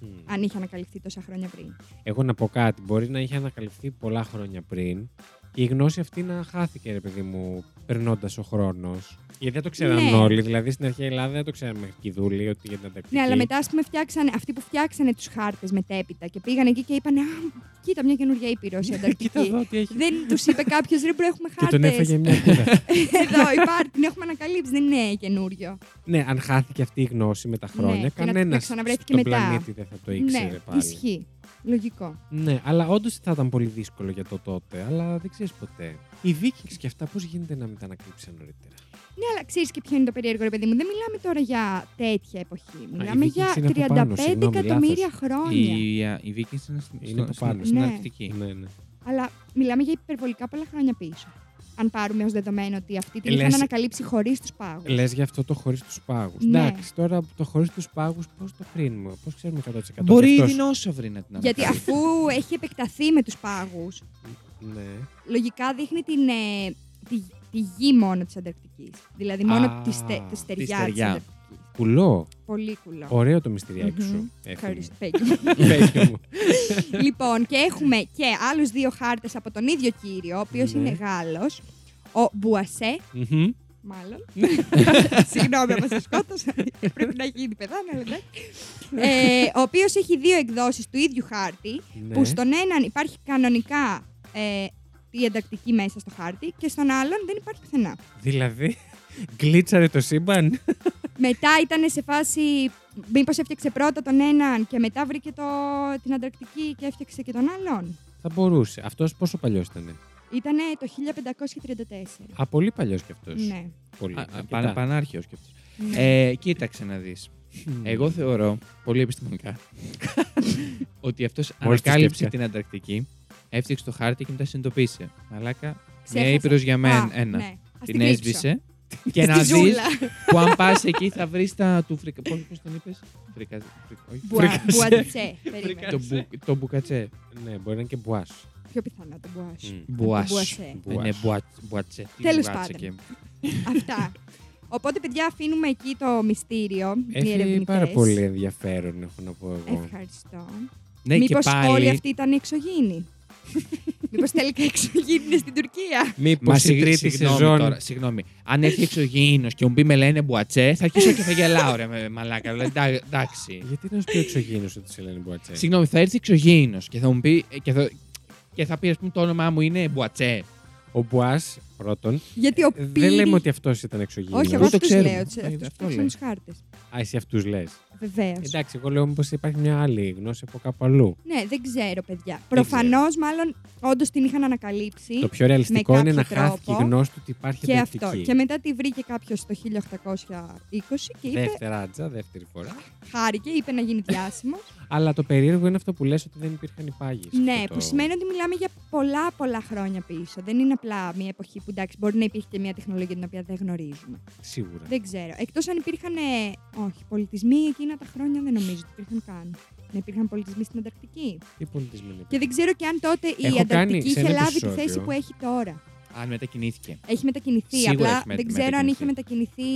A: Μμ.
B: αν είχε ανακαλυφθεί τόσα χρόνια πριν.
A: Εγώ να πω κάτι. Μπορεί να είχε ανακαλυφθεί πολλά χρόνια πριν και η γνώση αυτή να χάθηκε, ρε παιδί μου, περνώντας ο χρόνος. Γιατί δεν το ξέραν
B: Ναι.
A: όλοι. Δηλαδή στην αρχαία Ελλάδα δεν το ξέραν μέχρι και οι δούλοι ότι για την αντακτική.
B: Ναι, αλλά μετά, ας πούμε, φτιάξανε, αυτοί που φτιάξανε τους χάρτες μετέπειτα και πήγαν εκεί και είπαν Α, κοίτα μια καινούργια ήπειρο η
A: Κοίτα
B: Ανταρκτική.
A: εδώ τι έχει.
B: δεν τους είπε κάποιος, ρε, μπρο, έχουμε
A: Και τον
B: χάρτες.
A: έφαγε μια κούρα.
B: Εδώ υπάρχει, την έχουμε ανακαλύψει, δεν είναι καινούριο.
A: ναι, αν χάθηκε αυτή η γνώση με τα χρόνια,
B: Ναι, και να- να
A: κανένας στον
B: ξαναβρέθηκε μετά.
A: πλανήτη δεν θα το ήξερε
B: ναι,
A: πάλι.
B: ισχύει. Λογικό.
A: Ναι, αλλά όντως θα ήταν πολύ δύσκολο για το τότε, αλλά δεν ξέρει ποτέ. Οι Vikings και αυτά πώς γίνεται να μην τα ανακαλύψαν νωρίτερα.
B: Ναι, αλλά ξέρεις και ποιο είναι το περίεργο, ρε παιδί μου. Δεν μιλάμε τώρα για τέτοια εποχή. Μιλάμε
A: Vikings
B: για
A: είναι από πάνω,
B: 35
A: συγγνώμη,
B: εκατομμύρια
A: λάθος.
B: χρόνια.
C: Οι, α, οι Vikings είναι, στην-
A: Είναι
C: στο-
A: από
C: στην-
A: πάνω.
C: στην
B: Ναι.
C: Αρκτική.
A: Ναι, ναι.
B: Αλλά μιλάμε για υπερβολικά πολλά χρόνια πίσω. Αν πάρουμε ως δεδομένο ότι αυτή την
A: Ε, Λες-
B: είχαν ανακαλύψει χωρίς τους πάγους.
A: Λες γι' αυτό το χωρίς τους πάγους.
B: Ναι.
A: Εντάξει, τώρα το χωρίς τους πάγους πώς το κρίνουμε, πώς ξέρουμε 100%.
C: Μπορεί
A: γι'
C: οι
A: αυτό σου-
C: δεινόσαυροι να την
B: Γιατί
C: ανακαλύψουν.
B: αφού έχει επεκταθεί με τους πάγους,
A: Ναι.
B: λογικά δείχνει την, ε, τη, τη γη μόνο της Ανταρκτικής. Δηλαδή μόνο
A: Α,
B: τη στε, τα στεριά της
C: στεριά.
B: Ανταρκτικής.
A: Κουλό.
B: Πολύ κουλό.
A: Ωραίο το μυστηριάκι
B: Μμμ.
A: σου. Εύχομαι.
B: Ευχαριστώ. Thank you.
A: Πέγγι μου.
B: λοιπόν, και έχουμε και άλλους δύο χάρτες από τον ίδιο κύριο, ο οποίος
A: Ναι.
B: είναι Γάλλος. Ο Μπουασέ,
A: Μμμ.
B: Μάλλον. Συγγνώμη, άμα σε σκότωσα. Πρέπει να γίνει, παιδάνε, αλλά εντάξει. Ε, ο οποίος έχει δύο εκδόσεις του ίδιου χάρτη.
A: Ναι.
B: Που στον έναν υπάρχει κανονικά ε, η εντακτική μέσα στο χάρτη και στον άλλον δεν υπάρχει πουθενά.
A: Δηλαδή, γκλίτσαρε το σύμπαν.
B: Μετά ήταν σε φάση. Μήπως έφτιαξε πρώτα τον έναν και μετά βρήκε το, την Ανταρκτική και έφτιαξε και τον άλλον.
A: Θα μπορούσε. Αυτός πόσο παλιός ήταν.
B: Ήταν το 1534.
A: Α, πολύ παλιός κι αυτός.
B: Ναι.
A: Πολύ.
C: Α, α,
A: αρκετά.
C: πα- Πανάρχαιος κι αυτός.
B: ναι.
C: Ε, κοίταξε να δεις.
A: Μμμ.
C: Εγώ θεωρώ, πολύ επιστημονικά, ότι αυτός
A: Μόλις το
C: ανακάλυψε
A: σκέφτηκα.
C: την Ανταρκτική, έφτιαξε το χάρτη και μετά συνειδητοποίησε. Μαλάκα, μια
B: Ξέχασα.
C: ήπειρος για μένα,
B: Α,
C: ένα.
B: ναι. Ας
C: Την
B: κρύψω.
C: έσβησε και
B: Στη
C: να δεις
B: ζούλα.
C: που αν πας εκεί θα βρεις τα του φρικα... Πώς, πώς τον είπες? Φρικα... φρικα- όχι,
B: Μπουα-
C: φρικα-
B: Μπουατσέ. περίμενε.
C: Το, μπου... το μπουκατσέ.
A: Ναι, μπορεί να είναι και μπουάς.
B: Πιο πιθανό το μπουάσου.
A: Μμ.
C: Μπουάς.
B: μπουατσέ.
A: Μπουάς.
C: Ναι, μπουα- μπουατσέ. Τι
B: Τέλος
C: μπουάτσε
B: πάντων.
C: και-
B: Αυτά. Οπότε, παιδιά, αφήνουμε εκεί το μυστήριο. οι
A: Έχει
B: ερευνητές.
A: πάρα πολύ ενδιαφέρον, έχω να πω εγώ.
B: Ευχαριστώ.
C: Ναι,
B: Μήπω
C: και πάλι...
B: όλοι αυτοί ήταν εξωγήινοι. Μήπω τελικά εξωγήινοι είναι στην Τουρκία.
A: Μήπως
C: Μα
A: η
C: συγγνώμη
A: τρίτη σεζόν.
C: Τώρα, συγγνώμη. Αν έρθει εξωγήινος και μου πει με λένε μπουατσέ, θα αρχίσω και θα γελάω ρε με μαλάκα. Δηλαδή, εντά- εντάξει.
A: Γιατί να σου πει ο εξωγήινος ότι σε λένε Μπουατσέ.
C: Συγγνώμη, θα έρθει εξωγήινος και θα μου πει. ε, Και θα, και θα πει, ας πούμε, το όνομά μου είναι μπουατσέ.
A: Ο Μπουάς, πρώτον,
B: Γιατί ο
A: δεν
B: Πύρη-
A: λέμε ότι αυτός ήταν εξωγήινος.
B: Όχι, εγώ
C: Πού το
B: αυτού
C: ξέρουμε.
B: λέω. τους-
C: Ε,
B: Αυτούς
C: αυτό
B: φτιάξαν
C: λέει.
B: του χάρτες.
A: Α, εσύ αυτούς λες.
B: Βεβαίως.
A: Εντάξει, εγώ λέω μήπως υπάρχει μια άλλη γνώση από κάπου αλλού.
B: Ναι, δεν ξέρω, παιδιά. Προφανώς, μάλλον, όντως την είχαν ανακαλύψει.
A: Το πιο ρεαλιστικό είναι να
B: κάποιο
A: χάθηκε η
B: τρόπο.
A: γνώση του ότι υπάρχει
B: Και
A: τακτική.
B: αυτό. Και μετά τη βρήκε κάποιος το 1820 και είπε.
A: Δευτεράτζα, δεύτερη φορά.
B: Χάρηκε, είπε να γίνει διάσημος.
A: Αλλά το περίεργο είναι αυτό που λες ότι δεν υπήρχαν οι πάγιες.
B: Ναι,
A: Αυτό το-
B: που σημαίνει ότι μιλάμε για πολλά πολλά χρόνια πίσω. Δεν είναι απλά μια εποχή που εντάξει, μπορεί να υπήρχε και μια τεχνολογία την οποία δεν γνωρίζουμε.
A: Σίγουρα.
B: Δεν ξέρω. Εκτός αν υπήρχαν. ε, όχι, πολιτισμοί εκείνα τα χρόνια δεν νομίζω ότι υπήρχαν καν. Να υπήρχαν πολιτισμοί στην Ανταρκτική.
A: Τι πολιτισμένη.
B: Και δεν ξέρω και αν τότε η
A: Έχω κάνει
B: Ανταρκτική
A: σε
B: είχε
A: ένα
B: λάβει τη
A: επεισόδιο.
B: θέση που έχει τώρα.
C: Αν μετακινήθηκε.
B: Έχει μετακινηθεί.
C: Σίγουρα
B: απλά
C: έχει μετα-
B: δεν ξέρω αν είχε μετακινηθεί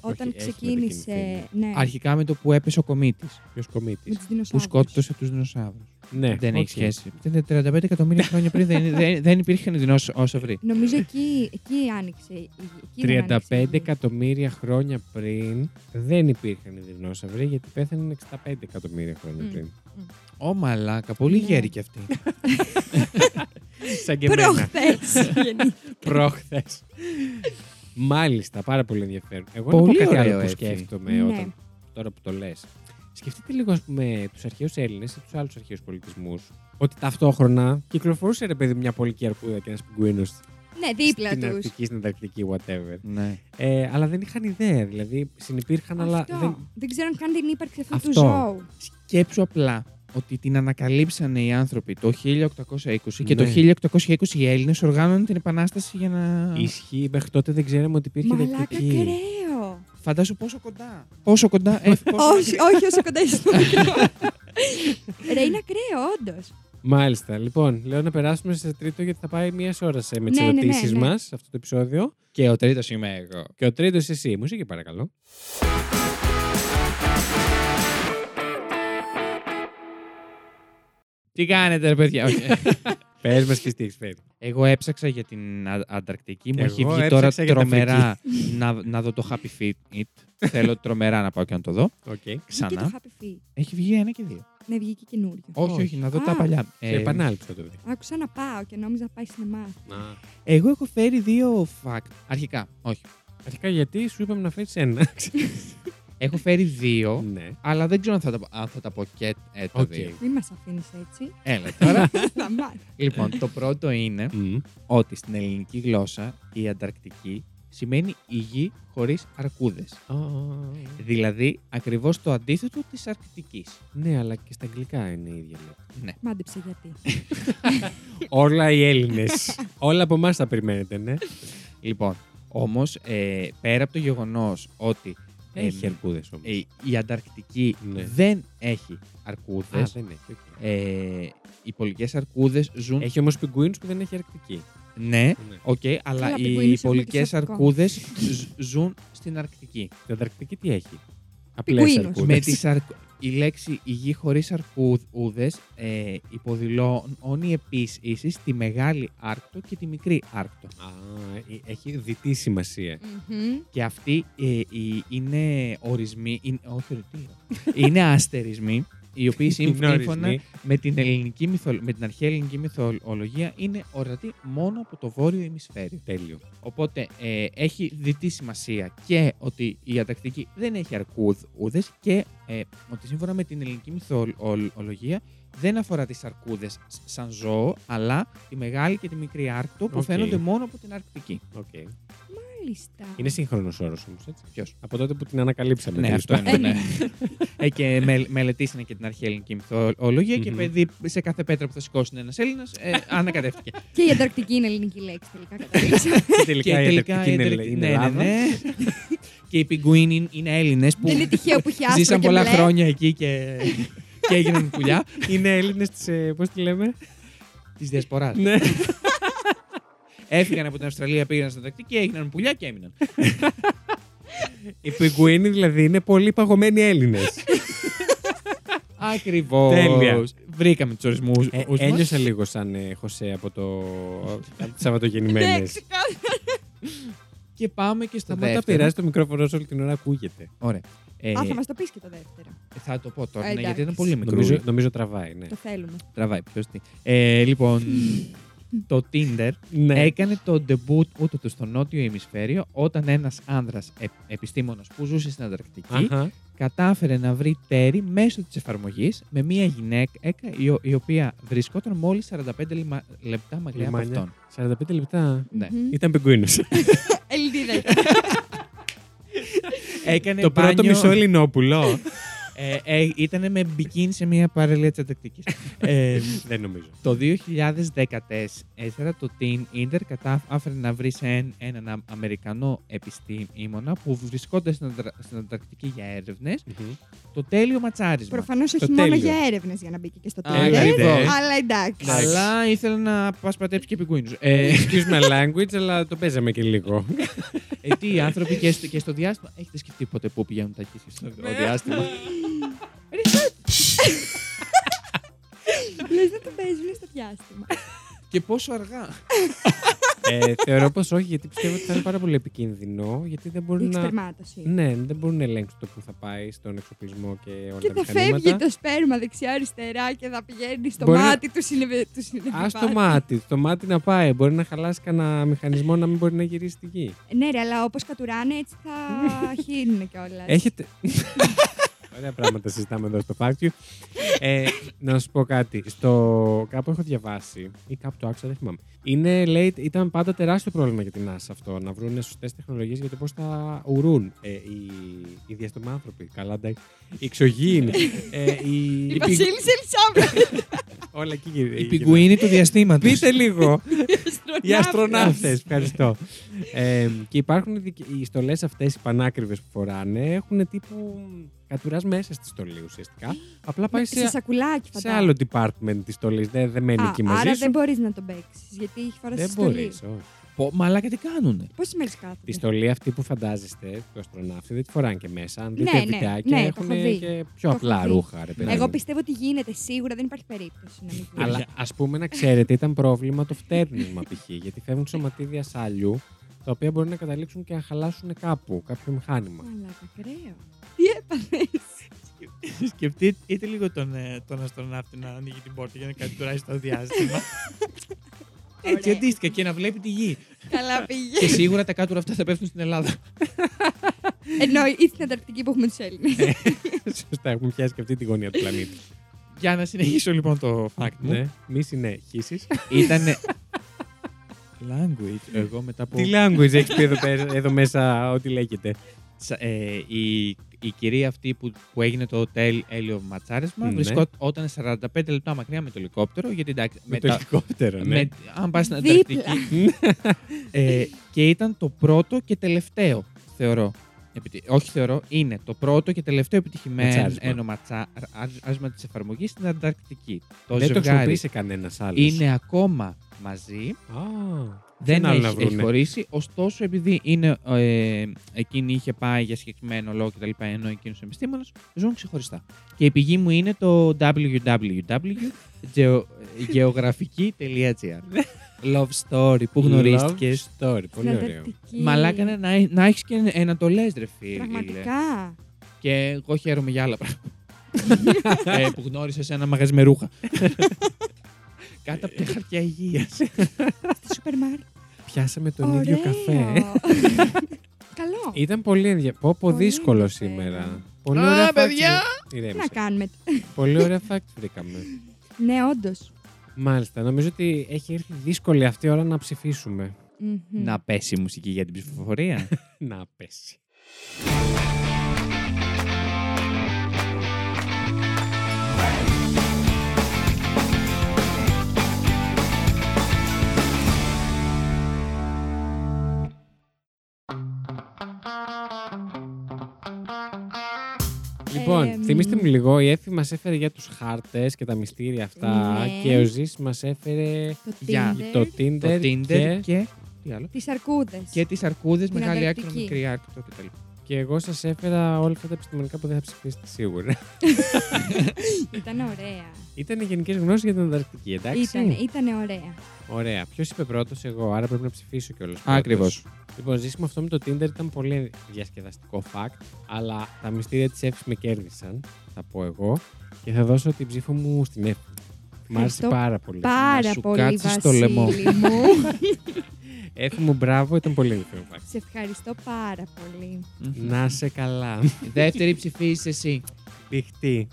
B: όταν
A: έχει
B: ξεκίνησε.
A: μετακινηθεί,
B: Ναι,
C: Αρχικά με το που έπεσε ο κομίτης
A: Ποιος
B: με
A: κομίτη.
B: τους
C: που
B: δεινοσαύρους.
C: σκότωσε τους δεινοσαύρους.
A: Ναι,
C: Δεν
A: οκ.
C: έχει σχέση. Ήταν 35 εκατομμύρια χρόνια πριν. δεν, δεν, δεν υπήρχαν δεινόσαυροι.
B: Νομίζω εκεί, εκεί άνοιξε. η- Εκεί δεν άνοιξε
A: 35
B: η-
A: εκατομμύρια χρόνια πριν δεν υπήρχαν οι δεινόσαυροι γιατί πέθαναν 65 εκατομμύρια χρόνια
B: Μμ.
A: πριν.
C: Ω μαλάκα, πολύ
B: Ναι.
C: γέροι κι αυτοί.
A: Σαν και εμένα.
B: Προχθές. γεννήθη.
A: Προχθές. Μάλιστα, πάρα πολύ ενδιαφέρον. Εγώ
C: Πολύ
A: να πω κάτι
C: ωραίο
A: άλλο που
C: έτσι.
A: σκέφτομαι
B: Ναι.
A: όταν, τώρα που το λες. Σκεφτείτε λίγο, α πούμε, τους αρχαίους Έλληνες ή τους άλλους αρχαίους πολιτισμούς. Ότι ταυτόχρονα κυκλοφορούσε ρε παιδί μου, μια πολική αρκούδα και ένας πιγκουίνος
B: ναι, δίπλα
A: στην
B: τους.
A: Αρκτική, στην Ανταρκτική, whatever.
C: ναι.
A: Ε, αλλά δεν είχαν ιδέα, δηλαδή συνυπήρχαν, αλλά
B: Αυτό.
A: δεν.
B: Δεν... ξέραν καν την ύπαρξη αυτού του
A: Αυτό.
B: ζώου.
C: Σκέψου απλά ότι την ανακαλύψανε οι άνθρωποι το 1820 και
A: Ναι.
C: το 1820 οι Έλληνες οργάνωναν την επανάσταση για να.
A: Ισχύει, μέχρι τότε δεν ξέραμε ότι υπήρχε
B: Μαλάκα
A: δεκτική.
B: κρέο.
C: Φαντάσου πόσο κοντά. Πόσο κοντά. ε, πόσο
B: όχι, όχι όσο κοντά είσαι στο μικρό. Ρε, είναι ακραίο, όντως.
A: Μάλιστα. Λοιπόν, λέω να περάσουμε σε τρίτο γιατί θα πάει μία ώρας σε- με τις
B: Ναι, ναι, ναι,
A: ερωτήσεις
B: ναι.
A: μας αυτό το επεισόδιο.
C: Και ο τρίτος είμαι εγώ.
A: Και ο τρίτος εσύ. Μουσική, παρακαλώ.
C: Τι κάνετε, ρε παιδιά. όχι.
A: Πες μας και τι έχει φέρει.
C: εγώ έψαξα για την Α- Ανταρκτική. Μου
A: Εγώ
C: έχει βγει
A: έψαξα
C: τώρα
A: για την
C: τρομερά να, να δω το Happy Feet. It. Θέλω τρομερά να πάω και να το δω.
A: Okay.
B: Και το
C: Ξανά.
B: Happy Feet.
C: Έχει βγει ένα και δύο.
B: Ναι, βγήκε καινούριο.
C: Όχι, όχι, να δω τα
B: Α.
C: παλιά.
A: Ε,
C: Ε,
A: επανάληψη θα το δεις.
B: Άκουσα να πάω και νόμιζα να πάει σινεμά.
C: εγώ έχω φέρει δύο fact. Αρχικά, όχι.
A: Αρχικά γιατί σου είπαμε να φέρεις ένα.
C: Έχω φέρει δύο,
A: ναι.
C: αλλά δεν ξέρω αν θα τα, αν θα τα πω και ε, τα
A: Οκ.
C: δύο.
B: Μην μας αφήνεις έτσι.
C: Έλα τώρα.
B: Σταμάτα.
C: λοιπόν, το πρώτο είναι
A: Μμ.
C: ότι στην ελληνική γλώσσα η Ανταρκτική σημαίνει η γη χωρίς αρκούδες.
A: Ε,
C: Δηλαδή, ακριβώς το αντίθετο της Αρκτικής. Ναι.
A: Ναι, αλλά και στα αγγλικά είναι η ίδια. λέξη.
B: Μάντεψε γιατί.
A: Όλα οι Έλληνες. Όλα από εμάς τα περιμένετε, ναι.
C: Λοιπόν, όμως, ε, πέρα από το γεγονός ότι ε,
A: Έχει αρκούδες όμως.
C: ε, η Ανταρκτική
A: Ναι.
C: δεν έχει αρκούδες,
A: δεν έχει. οκ.
C: ε, οι πολικές αρκούδες ζουν...
A: Έχει όμως πιγκουίνους που δεν έχει αρκτική.
C: Ναι,
A: Ναι.
C: Οκ, αλλά
B: Καλά,
C: οι
B: πιγκουίνους έχουμε και
C: πολικέ
B: σε αρκό.
C: αρκούδε ζουν στην Αρκτική.
A: Στην Ανταρκτική τι έχει. Απλές
B: Πιγκουίνους.
A: αρκούδες.
C: Με τις αρκ... Η λέξη η γη χωρίς αρκούδε ε, υποδηλώνει επίσης τη μεγάλη άρκτο και τη μικρή άρκτο.
A: ε, Έχει διτή σημασία.
B: Μμμ.
C: Και αυτοί ε, οι- είναι ορισμοί. Είναι, όχι, ρε, τι λέω. είναι αστερισμοί οι οποίοι σύμφ-
A: Είναι ορισμοί.
C: σύμφωνα με την, ελληνική μυθολο- με την αρχαία ελληνική μυθολογία είναι ορατοί μόνο από το βόρειο ημισφαίριο.
A: Τέλειο.
C: Οπότε ε, έχει διτή σημασία και ότι η Ανταρκτική δεν έχει αρκούδες και ε, ότι σύμφωνα με την ελληνική μυθολογία δεν αφορά τις αρκούδες σ- σαν ζώο, αλλά τη μεγάλη και τη μικρή άρκτο που
A: Οκ.
C: φαίνονται μόνο από την Αρκτική.
A: Οκ.
B: Μάλιστα.
A: Είναι σύγχρονος όρος όμως, έτσι.
C: Ποιος?
A: Από τότε που την ανακαλύψαμε.
C: Ναι,
A: τέλος
C: αυτό
A: πάντων.
C: είναι. ναι. ε, και με, μελετήσανε και την αρχαία ελληνική μυθολογία και
A: Μμμ.
C: παιδί σε κάθε πέτρα που θα σηκώσει ένας Έλληνας ε, ανακατεύτηκε.
B: Και η ανταρκτική είναι ελληνική λέξη τελικά. καταλήξαμε.
A: Και
C: και
A: τελικά η Ανταρκτική είναι Ελλ- είναι
C: ναι, ναι,
A: Ελλάδα.
C: ναι. και οι πιγκουίνοι είναι Έλληνες που
B: Δεν είναι τυχαίο που έχει άσπρο
C: Ζήσαν
B: και
C: πολλά
B: μπλε.
C: χρόνια εκεί και, και έγιναν πουλιά
A: Είναι Έλληνες της. Πώς τη λέμε.
C: της Διασποράς.
A: Ναι.
C: Έφυγαν από την Αυστραλία, πήγαν στην Ανταρκτική, έγιναν πουλιά και έμειναν.
A: Οι πιγκουίνοι δηλαδή είναι πολύ παγωμένοι Έλληνες.
C: Ακριβώς.
A: Τέλεια.
C: Βρήκαμε τους ορισμούς.
A: Ε, ένιωσα λίγο σαν ε, Χωσέ από το. από τις
B: Ναι,
A: Σαββατογεννημένε.
B: Εντάξει, καλά.
C: Και πάμε και στο
A: Ναι, Θα τα
C: δεύτερο.
A: πειράζει το μικρόφωνο σου όλη την ώρα ακούγεται.
C: Ωραία. Ε,
B: Α, θα μας το πεις και το δεύτερο.
C: θα το πω τώρα,
B: Ε,
C: ναι, γιατί ήταν
B: εντάξει.
C: πολύ μικρό.
A: Νομίζω, νομίζω τραβάει, ναι.
B: Το θέλουμε.
C: Τραβάει, ποιος τι. Ε, λοιπόν, το Tinder
A: ναι.
C: έκανε το debut ούτε του στο νότιο ημισφαίριο όταν ένας άνδρας ε, επιστήμονας που ζούσε στην Ανταρκτική
A: Αχα.
C: κατάφερε να βρει τέρι μέσω της εφαρμογής με μια γυναίκα η, ο- η οποία βρισκόταν μόλις 45 λιμα- λεπτά μακριά
A: Λιμάνια.
C: από αυτόν.
A: 45 λεπτά.
C: Ναι.
B: Μμμ.
A: Ήταν πιγκουίνος.
B: Ελληνίδα.
C: Έκανε
A: Ε, το πρώτο
C: μπάνιο-
A: μισό Ελληνόπουλο.
C: Ε, ε, ήτανε με μπικίν σε μια παραλία της Ανταρκτικής. ε,
A: Δεν νομίζω.
C: το 2014 το Tinder κατάφερε να βρει σε εν- έναν Α- Αμερικανό επιστήμονα που βρισκόταν στην, Αντρα- στην Ανταρκτική για έρευνες το τέλειο ματσάρισμα.
B: Προφανώς όχι
A: Το
B: μόνο
A: τέλειο.
B: για έρευνες για να μπήκε και στο
C: Α,
B: τέλο.
A: ακριβώς.
B: Αλλά εντάξει.
A: Εντάξει.
C: Αλλά ήθελε να πασπατέψει και πιγκουίνους. Ε,
A: Excuse my language, αλλά το παίζαμε και λίγο.
C: Ε, τι οι άνθρωποι και στο, και στο διάστημα. Έχετε σκεφτεί ποτέ πού πηγαίνουν τα
D: Ναι.
C: κύθια στο διάστημα.
B: Λε να το παίζουν στο διάστημα.
C: Και πόσο αργά.
A: ε, θεωρώ πως όχι, γιατί πιστεύω ότι θα είναι πάρα πολύ επικίνδυνο. Γιατί δεν
B: Η
A: μπορούν να.
B: εξπερμάτωση.
A: Ναι, δεν μπορούν να ελέγξουν το που θα πάει στον εξοπλισμό και όλα
B: Και
A: τα
B: θα φεύγει
A: μηχανήματα.
B: το σπέρμα δεξιά-αριστερά και θα πηγαίνει στο
A: Μπορεί να-
B: μάτι του συνεβιβάτη.
A: Ας το μάτι, το μάτι να πάει. Μπορεί να χαλάσει κανένα μηχανισμό να μην μπορεί να γυρίσει στη γη.
B: Ναι, ρε, αλλά όπως κατουράνε, έτσι θα χύνουν κιόλας.
A: Έχετε. Ωραία πράγματα συζητάμε εδώ στο Fact You. Ε, να σου πω κάτι. Στο... Κάπου έχω διαβάσει ή κάπου το άκουσα, δεν θυμάμαι. Είναι, λέει, ήταν πάντα τεράστιο πρόβλημα για την NASA αυτό. Να βρουν σωστές τεχνολογίες για το πώ θα ουρούν ε, οι, οι διαστημάνθρωποι. Καλά, εντάξει. Οι εξωγήινοι. ε, οι...
B: Η
A: οι πι-
B: Βασίλισσα Ελισάβετ.
A: Όλα εκεί γυρι-
C: Η
A: γυρνάνε.
C: πιγκουίνη του διαστήματος.
A: Πείτε λίγο. Οι αστροναύτες,
B: αστροναύτες.
A: ευχαριστώ. ε, και υπάρχουν δικαι- οι στολές αυτές, οι πανάκριβες που φοράνε, έχουν τύπου κατουράς μέσα στη στολή
B: Ε,
A: ουσιαστικά. Απλά πάει σε,
B: Ναι, Σε σακουλάκι,
A: σε
B: φαντάζομαι.
A: άλλο department της στολής. Δεν, δεν μένει
B: Α,
A: εκεί μαζί
B: Άρα
A: σου.
B: δεν μπορείς να τον παίξεις. Γιατί έχει φορά στη
A: δεν
B: στολή.
A: μπορείς, όχι.
C: Μαλάκα τι κάνουνε.
B: Πόσε μέρε κάθεται.
A: Τη στολή αυτή που φαντάζεστε του αστροναύτη δεν τη φοράνε και μέσα. Αν
B: Ναι,
A: δείτε
B: ναι,
A: βιντεάκια,
B: ναι, το
A: έχουν
B: έχω δει.
A: και
B: Το
A: πιο
B: έχω
A: απλά
B: δει.
A: ρούχα. Ρε, παιδί
B: Εγώ
A: μου.
B: πιστεύω ότι γίνεται σίγουρα, δεν υπάρχει περίπτωση να μην γίνει.
A: Αλλά ας πούμε να ξέρετε, ήταν πρόβλημα το φτέρνισμα π.χ. Γιατί φεύγουν σωματίδια σάλιου, τα οποία μπορεί να καταλήξουν και να χαλάσουν κάπου, κάποιο μηχάνημα.
B: Μαλάκα, κρέο. Τι έπαθες.
D: Σκεφτείτε είτε λίγο τον, ε, τον αστροναύτη να ανοίγει την πόρτα για να κατουράει στο διάστημα.
A: Ε,
C: Έτσι αντίστοιχα και να βλέπει τη γη.
B: Καλά πήγε.
C: και σίγουρα τα κάτουρα αυτά θα πέφτουν στην Ελλάδα.
B: Ενώ ή στην Ανταρκτική που έχουμε τους Έλληνες.
A: Σωστά, έχουμε πιάσει και αυτή τη γωνία του πλανήτη.
C: Για να συνεχίσω λοιπόν το fact μου.
A: ναι, μη συνεχίσεις.
C: Ήταν. Language. Εγώ μετά από.
A: Τι language έχεις πει εδώ, πέρα- εδώ μέσα, ό,τι λέγεται.
C: Σα- ε, η, η κυρία αυτή που, που έγινε το hotel Έλιο Ματσάρισμα
A: Ναι.
C: βρισκόταν 45 λεπτά μακριά με το ελικόπτερο. Γιατί εντάξει,
A: Με το
C: μετά-
A: ελικόπτερο, ναι.
C: με- αν πας στην
B: Δίπλα.
C: Ανταρκτική. ε, και ήταν το πρώτο και τελευταίο, θεωρώ. Επιτι- Όχι θεωρώ, είναι το πρώτο και τελευταίο επιτυχημένο
A: Ματσάρισμα.
C: ματσάρισμα της εφαρμογής στην Ανταρκτική. Το
A: Δεν το
C: ζευγάρι
A: χρησιμοποιήσει κανένας άλλος.
C: είναι ακόμα μαζί. Δεν
A: άλλο
C: έχει,
A: να βρούνε.
C: έχει χωρίσει. Ωστόσο, επειδή είναι, ε, εκείνη είχε πάει για συγκεκριμένο λόγο κτλ. ενώ εκείνος επιστήμονας, ζουν ξεχωριστά. Και η πηγή μου είναι το www.geographic.gr. Love story που γνωρίστηκες.
A: Story, πολύ
B: Στην
A: ωραίο.
B: Ανταρκτική.
C: Μαλάκα να, να, να έχεις και ένα το λες, ρε φίλε.
B: Πραγματικά.
C: Και εγώ χαίρομαι για άλλα πράγματα. ε, που γνώρισες σε ένα μαγαζί με ρούχα. Κάτω από τα χαρτιά υγείας.
B: Στη σούπερ μάρκετ.
A: Πιάσαμε τον
B: Ωραίο.
A: ίδιο καφέ.
B: Καλό.
A: Ήταν πολύ ενδιαφέρον. Πω, πω,
B: Πολύ
A: δύσκολο
B: ενδιαφέρον.
A: σήμερα. Πολύ
C: Α,
A: ωραία fact
C: παιδιά!
A: βρή-
B: Τι
A: Ηρέμησε.
B: να κάνουμε.
A: Πολύ ωραία fact βρήκαμε.
B: Ναι, όντως.
A: Μάλιστα. Νομίζω ότι έχει έρθει δύσκολη αυτή η ώρα να ψηφίσουμε.
B: Ναι.
C: Να πέσει η μουσική για την ψηφοφορία.
A: να πέσει. Λοιπόν,
B: Εμ.
A: θυμίστε μου λίγο, η Εφη μας έφερε για τους χάρτες και τα μυστήρια αυτά
B: Ναι.
A: και ο Ζης μας έφερε
B: Το
C: Για
A: το
B: Tinder.
A: Tinder,
C: το Tinder και...
A: και,
C: τι άλλο.
B: Τις αρκούδες.
C: Και τις αρκούδες,
B: Την
C: μεγάλη άκρη,
B: ανταρκτική.
C: μικρή άκρη κτλ.
A: και εγώ σας έφερα όλα αυτά τα επιστημονικά που δεν θα ψηφίσετε σίγουρα.
B: Ήταν ωραία.
A: Ήταν γενικές γνώσεις για την Ανταρκτική, εντάξει.
B: Ήταν, ήταν ωραία.
A: Ωραία. Ποιος είπε πρώτος, εγώ, άρα πρέπει να ψηφίσω κιόλας.
C: Ακριβώς.
A: Λοιπόν, ζήσαμε αυτό με το Tinder ήταν πολύ διασκεδαστικό fact, αλλά τα μυστήρια της Εύη με κέρδισαν, θα πω εγώ, και θα δώσω την ψήφο μου στην Εύη. Μ' άρεσε
B: Ευχαριστώ
A: πάρα πολύ.
B: Πάρα
C: σου
B: πολύ
C: κάτσεις στο
B: Βασίλη
C: λαιμό.
B: μου.
A: Εύη μου, μπράβο, ήταν πολύ ενδιαφέρον fact.
B: Σε ευχαριστώ πάρα πολύ.
A: Να σε καλά.
C: Η Δεύτερη ψηφίζει εσύ.
A: Πηχτή.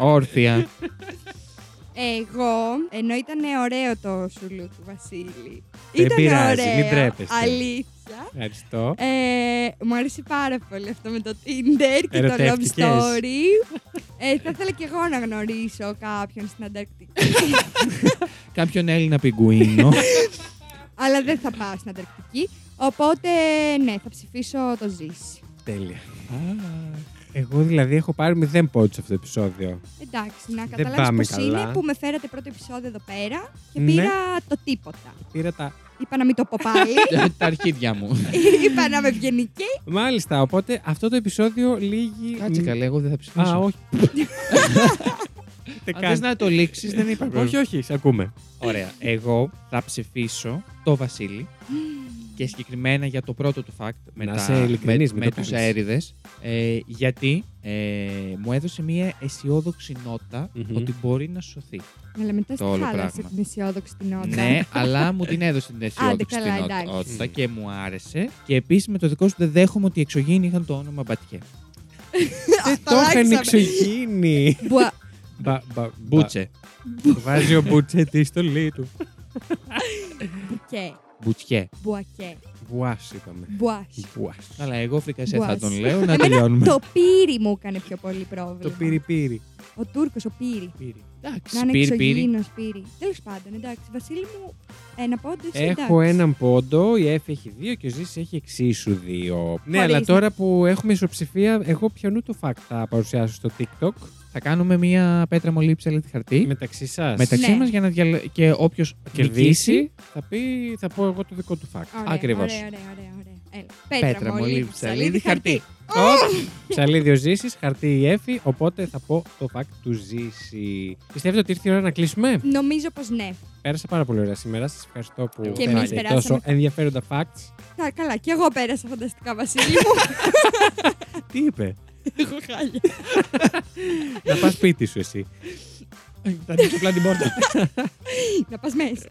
C: Όρθια.
B: Εγώ, ενώ ήταν ωραίο το σουλού του Βασίλη.
A: Δεν
B: Ήταν
A: πειράζει,
B: ωραίο,
A: μην τρέπεστε.
B: Αλήθεια.
A: Ευχαριστώ.
B: Ε, μου άρεσε πάρα πολύ αυτό με το Tinder και το
A: Ερωτεύτηκες.
B: Love Story. Ε, θα ήθελα και εγώ να γνωρίσω κάποιον στην Ανταρκτική.
C: Κάποιον Έλληνα πιγκουίνο.
B: αλλά δεν θα πάω στην Ανταρκτική. Οπότε, ναι, θα ψηφίσω το Ζήση.
A: Τέλεια. Εγώ δηλαδή έχω πάρει μηδέν πόντους αυτό το επεισόδιο.
B: Εντάξει, να
A: πάμε
B: καταλάβεις πως
A: καλά.
B: είναι που με φέρατε πρώτο επεισόδιο εδώ πέρα και
A: Ναι.
B: πήρα το τίποτα.
A: Πήρα τα
B: Είπα να μην το πω πάλι.
C: Τα αρχίδια μου.
B: Είπα να είμαι ευγενική.
A: Μάλιστα, οπότε αυτό το επεισόδιο λύγει.
C: Κάτσε καλέ, εγώ δεν θα ψηφίσω.
A: Α, όχι.
C: Αν θες να το λήξεις δεν υπάρχει πρόβλημα.
A: Όχι, όχι, σε ακούμε.
C: Ωραία. Εγώ θα ψηφίσω το Βασίλη και συγκεκριμένα για το πρώτο του fact με,
A: Να
C: τα,
A: είσαι ειλικρινής,
C: με,
A: μην
C: με
A: το
C: τους
A: κάνεις.
C: αέριδες ε, γιατί ε, μου έδωσε μια αισιόδοξη νότα
A: Μμμ.
C: ότι μπορεί να σωθεί.
B: Αλλά μετά στη
C: Το όλο
B: χάλασε
C: πράγμα.
B: την αισιόδοξη την νότα.
C: ναι, αλλά μου την έδωσε την αισιόδοξη
B: Άντε, καλά,
C: νότα-
B: εντάξει.
C: νότα και μου άρεσε. Και επίσης με το δικό σου δεν δέχομαι ότι οι εξωγήινοι είχαν το όνομα Μπατιέ.
A: Δεν το
B: αλλάξαμε.
A: είχαν εξωγήινοι.
B: Μπουα-
A: Μπα- μπα-
C: Μπούτσε.
A: μπα- Βάζει ο Μπούτσε τη στολή του.
B: Μπουκέ.
C: Μπουτσιέ.
B: Μπουακέ.
A: Μπουάς είπαμε.
B: Μπουάχ.
A: Μπουάς.
C: Καλά, εγώ φρικασέ θα
B: Μπουάς.
C: τον λέω να
B: Εμένα
C: τελειώνουμε.
B: Το πύρι μου έκανε πιο πολύ πρόβλημα.
A: Το πύρι πύρι.
B: Ο Τούρκος, ο πύρι. Να
C: Εντάξει,
B: είναι
C: πήρε, πήρε.
B: εξωγήινος πύρι. Τέλος πάντων, εντάξει. Βασίλη μου, ένα πόντο. εσύ,
A: Έχω
B: εντάξει.
A: έναν πόντο, η Εφη έχει δύο και ο Ζήσης έχει εξίσου δύο. Ναι,
B: Χωρίς.
A: αλλά τώρα που έχουμε ισοψηφία, εγώ ποιον το fact θα παρουσιάσω στο TikTok
C: Θα κάνουμε μια πέτρα μολύ ψαλίδι χαρτί.
A: μεταξύ σας.
C: μεταξύ
B: Ναι.
C: μας για να διαλε... και όποιος
A: Κερδίσει, θα, πει, θα πω εγώ το δικό του fact.
B: Ωραία,
A: Ακριβώς.
B: Ωραία, ωραία, ωραία. ωραία. Έλα.
C: Πέτρα, μολύβι,
B: μολύβι,
C: ψαλίδι, χαρτί.
A: Οπ, Ψαλίδι ο Ζήσης, χαρτί η Εφη, οπότε θα πω το fact του Ζήση. Πιστεύετε ότι ήρθε η ώρα να κλείσουμε.
B: Νομίζω πως ναι.
A: Πέρασα πάρα πολύ ωραία σήμερα. Σας ευχαριστώ που
C: Και
A: φέρατε
C: εμείς
B: περάσαμε.
A: τόσο ενδιαφέροντα facts.
B: Κα- καλά, και εγώ πέρασα φανταστικά, Βασίλη μου.
A: Τι είπε,
B: Έχω χάλια.
A: Να πας σπίτι σου εσύ.
D: Θα ανοίξω απλά την πόρτα.
B: Να πας μέσα.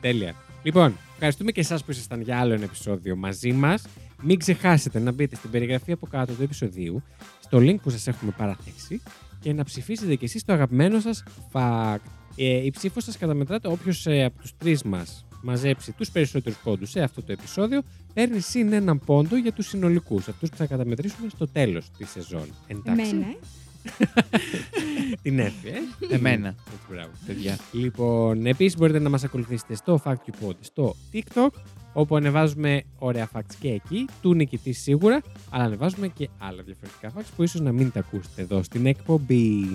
A: Τέλεια. Λοιπόν, ευχαριστούμε και εσάς που ήσασταν για άλλο ένα επεισόδιο μαζί μας. Μην ξεχάσετε να μπείτε στην περιγραφή από κάτω του επεισοδίου, στο link που σας έχουμε παραθέσει και να ψηφίσετε κι εσείς το αγαπημένο σας fact. Ε, η ψήφος σας καταμετράται όποιος από τους τρεις μας μαζέψει τους περισσότερους πόντους σε αυτό το επεισόδιο, παίρνει συν έναν πόντο για τους συνολικούς, αυτούς που θα καταμετρήσουμε στο τέλος της σεζόν. Εντάξει.
B: Εμένα. ε.
A: Την έφυγε. ε.
C: Εμένα.
A: Έτσι, μπράβο.
C: παιδιά.
A: Λοιπόν, επίσης μπορείτε να μας ακολουθήσετε στο Fact You Pod στο TikTok, όπου ανεβάζουμε ωραία facts και εκεί, του νικητή σίγουρα, αλλά ανεβάζουμε και άλλα διαφορετικά facts που ίσως να μην τα ακούσετε εδώ στην εκπομπή.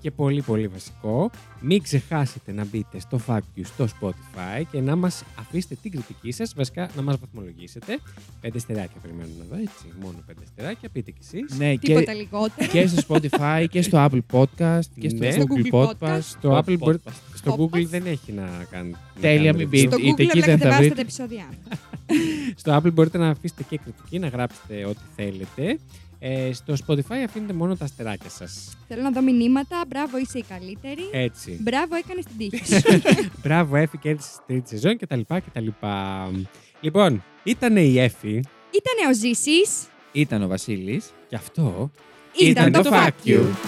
A: Και πολύ πολύ βασικό, μην ξεχάσετε να μπείτε στο Fact You στο Spotify και να μας αφήσετε την κριτική σας, βασικά να μας βαθμολογήσετε. Πέντε στεράκια περιμένουμε εδώ, έτσι, μόνο πέντε στεράκια, πείτε κι εσείς.
C: Ναι,
B: Τίποτα
C: και,
B: λιγότερο.
C: και στο Spotify και στο Apple Podcast και στο
A: Ναι.
B: Στο
C: Google
B: Google
C: Podcast.
B: Podcast.
A: Στο Apple μπορεί-
C: Podcast.
A: Στο
B: Όπα.
A: Google δεν έχει να κάνει. να
C: Τέλεια,
A: κάνει
C: μην
A: ρεβιού.
B: Στο
C: είτε
B: Google
C: εκεί
B: αλλά
C: δεν θα
B: κατεβάστε
C: βρείτε.
B: τα επεισόδια.
A: Στο Apple μπορείτε να αφήσετε και κριτική, να γράψετε ό,τι θέλετε. Ε, στο Spotify αφήνετε μόνο τα αστεράκια σας.
B: Θέλω να δω μηνύματα. Μπράβο, είσαι η
A: Ε.
B: καλύτερη.
A: Έτσι.
B: Μπράβο, έκανε την τύχη σου.
A: Μπράβο, Εφη, κέρδισε στη τρίτη σεζόν κτλ. κτλ. Λοιπόν, ήταν η Εφη
B: Ήτανε ο Ζήσης.
C: Ήταν ο Βασίλης.
A: και αυτό
B: Ήταν το Fact You.
A: You.